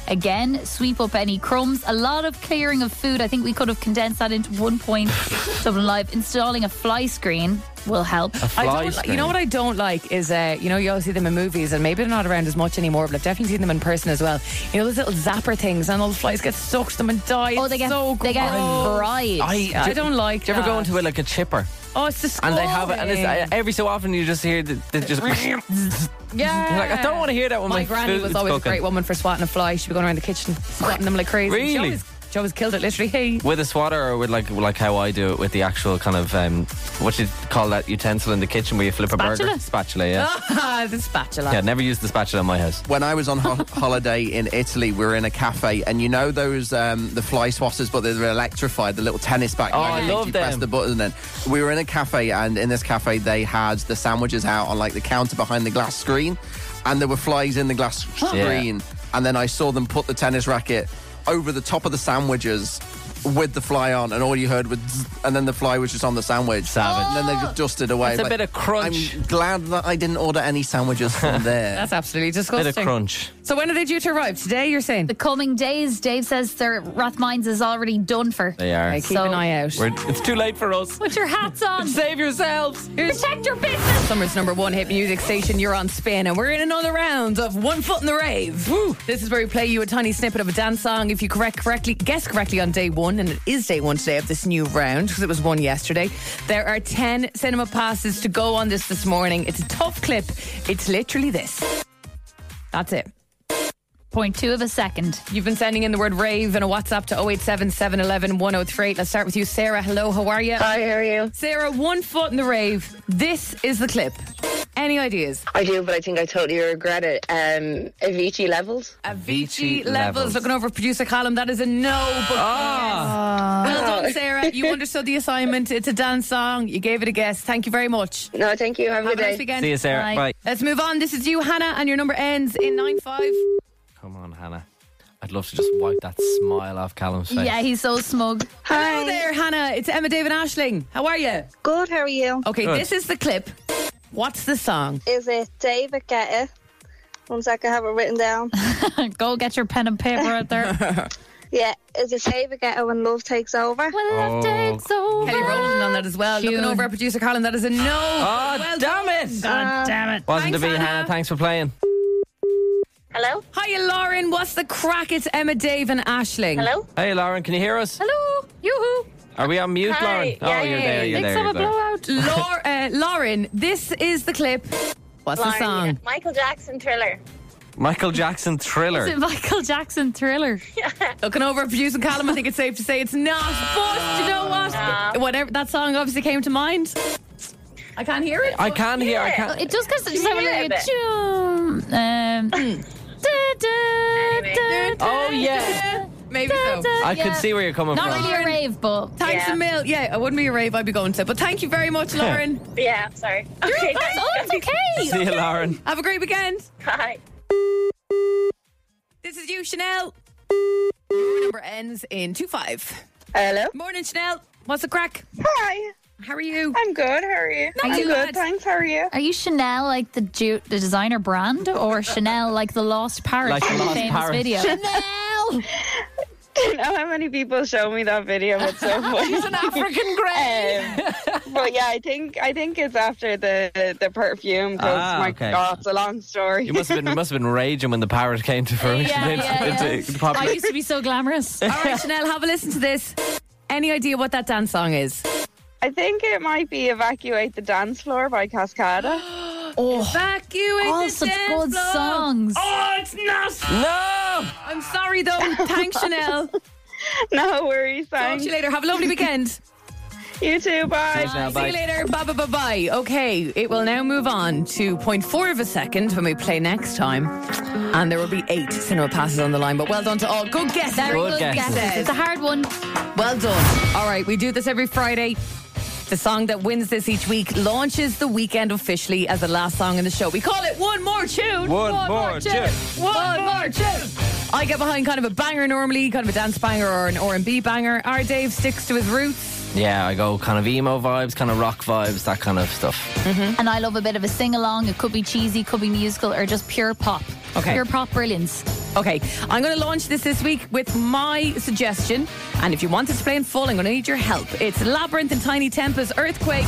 S5: Again, sweep up any crumbs. A lot of clearing of food. I think we could have condensed that into one point. Dublin Live. Installing a fly screen will help.
S6: I don't, li- you know what I don't like is, uh, you know, you all see them in movies, and maybe they're not around as much anymore, but I've definitely seen them in person as well. You know, those little zapper things, and all the flies get stuck to them and die. Oh, they get so
S5: they get
S6: gross.
S5: fried.
S6: I,
S4: do-
S6: don't like.
S4: Do you ever
S6: that.
S4: go into it like a chipper?
S6: Oh, it's disgusting.
S4: And they have it, and it's, uh, every so often you just hear that they just.
S6: Yeah.
S4: You're like, I don't want to hear that when
S6: my
S4: my
S6: granny
S4: food
S6: was
S4: is
S6: always a
S4: cooking.
S6: great woman for swatting a fly. She'd be going around the kitchen swatting them like crazy. She
S4: Really?
S6: always Joe has killed it, literally. Hey.
S4: With a swatter or with like like how I do it with the actual kind of um, what you call that utensil in the kitchen where you flip a burger?
S6: Spatula?
S4: Spatula, yeah.
S6: Ah, the spatula.
S4: Yeah, never used the spatula in my house.
S7: When I was on ho- holiday in Italy, we were in a cafe, and you know those um, the fly swatters, but they're electrified, the little tennis back.
S4: Oh,
S7: you know,
S4: I
S7: you
S4: love
S7: press
S4: them.
S7: the button, and we were in a cafe, and in this cafe they had the sandwiches out on like the counter behind the glass screen, and there were flies in the glass
S4: Yeah.
S7: screen, and then I saw them put the tennis racket over the top of the sandwiches. With the fly on, and all you heard was, zzz, and then the fly was just on the sandwich. Savage. And then they just dusted away.
S4: It's a bit of crunch.
S7: I'm glad that I didn't order any sandwiches from there.
S6: That's absolutely disgusting.
S7: Bit of crunch.
S6: So when are they due to arrive? Today, you're saying?
S5: The coming days, Dave says their Rathmines is already done for.
S4: They are.
S5: Hey, keep an eye out.
S4: We're, it's too late for us.
S5: Put your hats on.
S6: Save yourselves.
S5: Protect your business.
S6: Summer's number one hit music station. You're on spin, and we're in another round of One Foot in the Rave. Woo. This is where we play you a tiny snippet of a dance song. If you correct correctly, guess correctly on day one, and it is day one today of this new round because it was one yesterday. There are ten cinema passes to go on this this morning. It's a tough clip. It's literally this. That's it.
S5: Point two of a second.
S6: You've been sending in the word rave in a WhatsApp to 087 711 1038. Let's start with you, Sarah. Hello, how are you? Hi,
S14: how are you?
S6: Sarah, one foot in the rave. This is the clip. Any ideas?
S14: I do, but I think I totally regret it. Um, Avicii levels.
S6: Avicii levels. Looking over producer column. That is a no. But
S4: Ah.
S6: yes. Well done, Sarah. You understood the assignment. It's a dance song. You gave it a guess. Thank you very much.
S14: No, thank you. Have a
S6: Have
S14: good
S6: a
S14: day.
S6: nice weekend.
S4: See you, Sarah. Bye. Bye.
S6: Let's move on. This is you, Hannah, and your number ends in nine five.
S4: Come on, Hannah. I'd love to just wipe that smile off Callum's face.
S5: Yeah, he's so smug.
S6: Hello there, Hannah. It's Emma David Ashling. How are you?
S14: Good. How are you?
S6: Okay,
S4: Good.
S6: this is the clip. What's the song?
S14: Is it David Guetta? One sec, I have it written down.
S5: Go get your pen and paper out there.
S14: yeah, is it David Guetta when love takes over?
S4: Oh,
S5: Well, takes over.
S6: Kelly Rowland on that as well. Looking over at producer Colin, that is a no.
S4: Oh, damn it.
S6: God damn it.
S4: Wasn't
S6: Thanks,
S4: to be,
S6: Hannah.
S4: Hannah. Thanks for playing.
S14: Hello?
S6: Hiya, Lauren. What's the crack? It's Emma, Dave, and Ashling.
S14: Hello?
S4: Hey, Lauren, can you hear us?
S5: Hello. Yoo-hoo.
S4: Are we on mute,
S6: Hi.
S4: Lauren? Oh, you're there. You're there. You're there.
S6: Laur- uh, Lauren, this is the clip. What's the song?
S15: Michael Jackson Thriller.
S4: Michael Jackson Thriller.
S5: Michael Jackson Thriller?
S6: Looking over at producer Callum, I think it's safe to say it's not. But you know what? Whatever that song obviously came to mind. I can't hear it.
S4: I can hear. I can.
S5: It just because it
S6: Can you
S5: just sounded
S6: hear it
S5: like a
S6: a
S5: tune. Um, da, da, da,
S4: Oh,
S5: da,
S4: yeah.
S5: da,
S6: Maybe
S5: da,
S6: so.
S5: da,
S4: I could
S5: yeah.
S4: see where you're coming
S5: Not
S4: from.
S5: really a rave, but
S6: Thanks a mil. Yeah, it wouldn't be a rave I'd be going to. But thank you very much, Lauren.
S15: Yeah, sorry. Okay, thanks.
S5: Oh, it's okay.
S4: See you, Lauren.
S6: Have a great weekend.
S15: Bye.
S6: This is you, Chanel. Your number ends in two five.
S15: Hello.
S6: Morning, Chanel. What's the crack?
S15: Hi.
S6: How are you?
S15: I'm good. How are you?
S5: Are
S15: I'm
S5: you
S15: good.
S5: good?
S15: Thanks. How are you?
S5: Are you Chanel like the ju- the designer brand or Chanel like the lost parrot
S4: Like the
S5: from the
S4: lost
S5: famous
S4: parrot.
S5: video?
S6: Chanel.
S15: I don't know how many people show me that video. It's so funny.
S6: She's an African grey.
S15: Um, but yeah, I think I think it's after the the perfume because
S4: Ah,
S15: my
S4: okay.
S15: God, it's a long story.
S4: You must have been you must have been raging when the parrot came to fruition.
S5: Yeah, yeah, yeah.
S4: Into- into
S5: I
S4: popular-
S5: used to be so glamorous.
S6: All right, Chanel, have a listen to this. Any idea what that dance song is?
S15: I think it might be "Evacuate the Dance Floor" by Cascada.
S4: Oh,
S6: Evacuate
S5: All
S6: the
S5: such
S6: dance
S5: good
S6: floor.
S5: songs.
S6: Oh, it's not.
S4: no.
S6: I'm sorry though. Thanks, Chanel.
S15: no worries.
S6: Talk
S15: Thanks.
S6: to you later. Have a lovely weekend.
S15: You too. Bye.
S4: Cheers now,
S6: See you
S4: bye.
S6: later. Bye bye bye bye. Okay, it will now move on to point four of a second when we play next time. And there will be eight cinema passes on the line. But well done to all. Good guess.
S5: Very
S4: Good
S5: good
S4: guesses.
S5: guesses. It's a hard one.
S6: Well done. All right, we do this every Friday. The song that wins this each week launches the weekend officially as the last song in the show. We call it One More Tune.
S4: One More Tune.
S6: One, More Tune. I get behind kind of a banger normally, kind of a dance banger or an R&B banger. Our Dave sticks to his roots.
S4: Yeah, I go kind of emo vibes, kind of rock vibes, that kind of stuff.
S5: And I love a bit of a sing along. It could be cheesy, could be musical, or just pure pop.
S6: Okay.
S5: Pure pop brilliance.
S6: Okay, I'm going to launch this this week with my suggestion. And if you want this to play in full, I'm going to need your help. It's Labyrinth and Tiny Tempest Earthquake.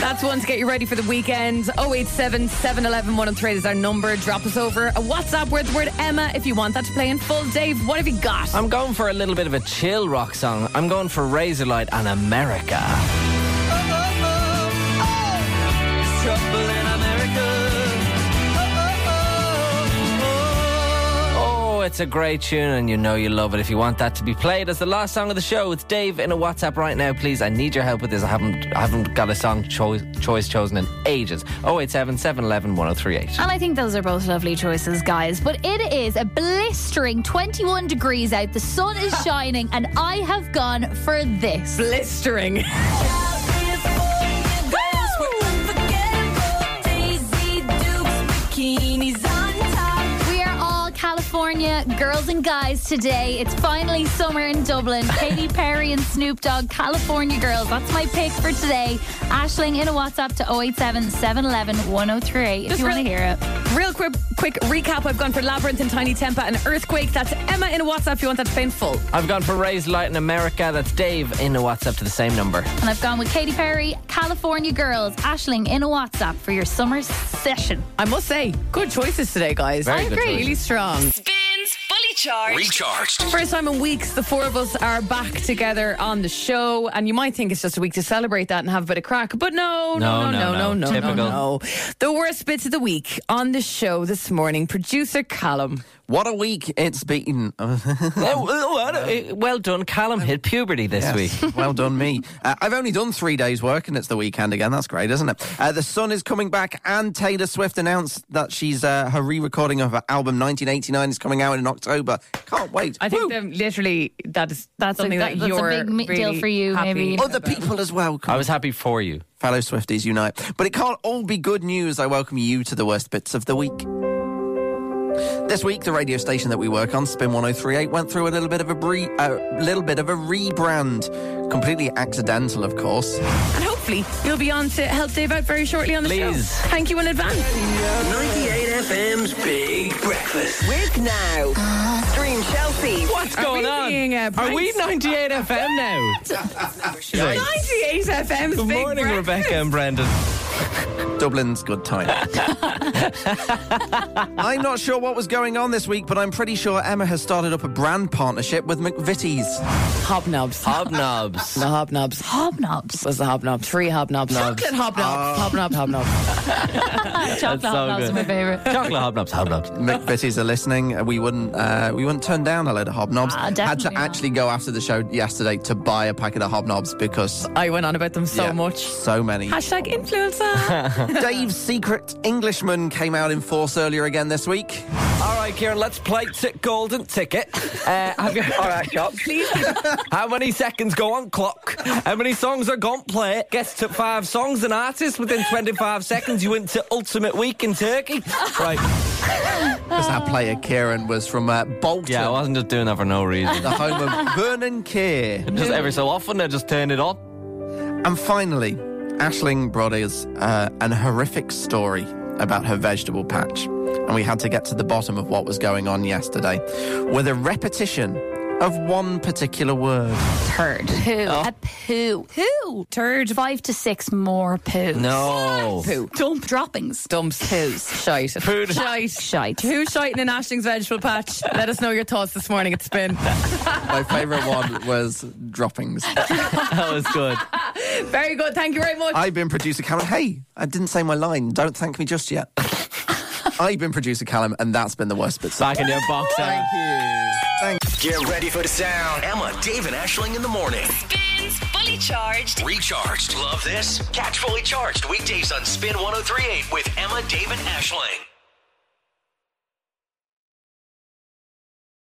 S6: That's one to get you ready for the weekend. 087 711 103 is our number. Drop us over a WhatsApp with the word Emma if you want that to play in full. Dave, what have you got?
S4: I'm going for a little bit of a chill rock song. I'm going for Razorlight and America.
S12: Oh, oh,
S16: trouble in America.
S4: Oh, it's a great tune, and you know you love it. If you want that to be played as the last song of the show, it's Dave in a WhatsApp right now, please. I need your help with this. I haven't, I haven't got a song choice, choice chosen in ages. Oh, 087 711 1038.
S5: And I think those are both lovely choices, guys. But it is a blistering 21 degrees out. The sun is shining, and I have gone for this.
S6: Blistering.
S5: We are all California girls and guys today. It's finally summer in Dublin. Katy Perry and Snoop Dogg, California girls. That's my pick for today. Ashling in a WhatsApp to 087 711 1038 if
S3: Just
S5: you want to
S3: real-
S5: hear it.
S3: Real quick, quick recap. I've gone for Labyrinth and Tiny Tempa and Earthquake. That's Emma in a WhatsApp if you want that to play in full.
S4: I've gone for Raised Light in America. That's Dave in the WhatsApp to the same number.
S5: And I've gone with Katy Perry, California Girls, Ashling in a WhatsApp for your summer session.
S6: I must say, good choices today, guys.
S5: Very I good agree.
S6: Really
S5: choices.
S6: strong.
S3: Spins fully charged.
S1: Recharged.
S6: First time in weeks, the four of us are back together on the show, and you might think it's just a week to celebrate that and have a bit of crack, but no, no, no, no, no, no, no,
S4: Typical.
S6: no. The worst bits of the week on the show this morning. Producer Callum.
S7: What a week it's been.
S4: Oh, oh, oh, well done, Callum hit puberty this week.
S7: well done, me. Uh, I've only done three days' work and it's the weekend again. That's great, isn't it? Uh, the sun is coming back, and Taylor Swift announced that she's uh, her re recording of her album 1989 is coming out in October. Can't wait.
S6: I think that literally that is that's something that,
S5: that- that's a
S6: you're
S5: big me- deal
S6: really
S5: for you,
S6: happy
S5: maybe.
S7: Other people as well.
S4: I was happy for you.
S7: Fellow Swifties unite. But it can't all be good news. I welcome you to the worst bits of the week. This week, the radio station that we work on, Spin 1038, went through a little bit of a bre- a little bit of a rebrand, completely accidental, of course.
S6: And hopefully you'll be on to help Dave out very shortly on the
S7: Please.
S6: show. Thank you in advance.
S16: 98 FM's Big Breakfast.
S9: With now, Stream Chelsea.
S4: What's
S16: Are
S4: going
S16: we
S4: on?
S16: being, uh,
S4: Are we
S16: pranked?
S4: 98 FM now?
S6: 98
S4: Yikes.
S6: FM's
S4: Good
S6: Big
S4: morning,
S6: Breakfast.
S4: Rebecca and Brendan.
S7: Dublin's good time. I'm not sure what was going on this week, but I'm pretty sure Emma has started up a brand partnership with McVitie's.
S6: Hobnobs.
S4: Hobnobs.
S6: the hobnobs.
S5: Hobnobs.
S6: Was the hobnobs. Three hobnobs. Ah. Chocolate hobnobs. Hobnobs. Hobnobs.
S5: Chocolate
S4: so
S5: hobnobs are
S4: good.
S5: my favourite.
S4: Chocolate hobnobs, hobnobs.
S7: McVitie's are listening. We wouldn't uh, we wouldn't turn down a load of hobnobs.
S5: Ah,
S7: Had to
S5: definitely not.
S7: actually go after the show yesterday to buy a packet of hobnobs because
S6: I went on about them so
S7: Yeah.
S6: much.
S7: so many.
S6: Hashtag influencer.
S7: Dave's secret Englishman came out in force earlier again this week.
S4: All right, Kieran, let's play t- golden ticket. Uh, have you- All right, Chuck.
S6: Please.
S4: How many seconds go on clock? How many songs are gone play? Gets to five songs and artists within 25 seconds. You went to Ultimate Week in Turkey. Right.
S7: Because
S5: Ah.
S7: our player Kieran was from uh, Bolton,
S4: Yeah, I wasn't just doing that for no reason.
S7: the home of Vernon Keir.
S4: Just every so often, I just turn it on.
S7: And finally, Ashling brought us uh, an horrific story about her vegetable patch. And we had to get to the bottom of what was going on yesterday with a repetition of one particular word.
S5: Turd. Oh. Poo. A poo. Who? Turd. Five to six more poos.
S4: No.
S6: Poo.
S5: Dump droppings.
S6: Dumps. Poos. Shite.
S4: Food.
S6: Shite.
S5: Shite.
S6: Who's shiting in Ashling's vegetable patch? Let us know your thoughts this morning. It's been
S7: My favourite one was droppings.
S4: That was good.
S6: very good. Thank you very much.
S7: I've been producer Callum. Hey, I didn't say my line. Don't thank me just yet. I've been producer Callum, and that's been the worst bit.
S4: Back in your box. Emma.
S1: Get ready for the sound. Emma, Dave, and Ashling in the morning.
S12: Spins fully charged.
S1: oh Recharged. Love this? Catch fully charged weekdays on Spin 1038 with Emma, Dave, and Ashling.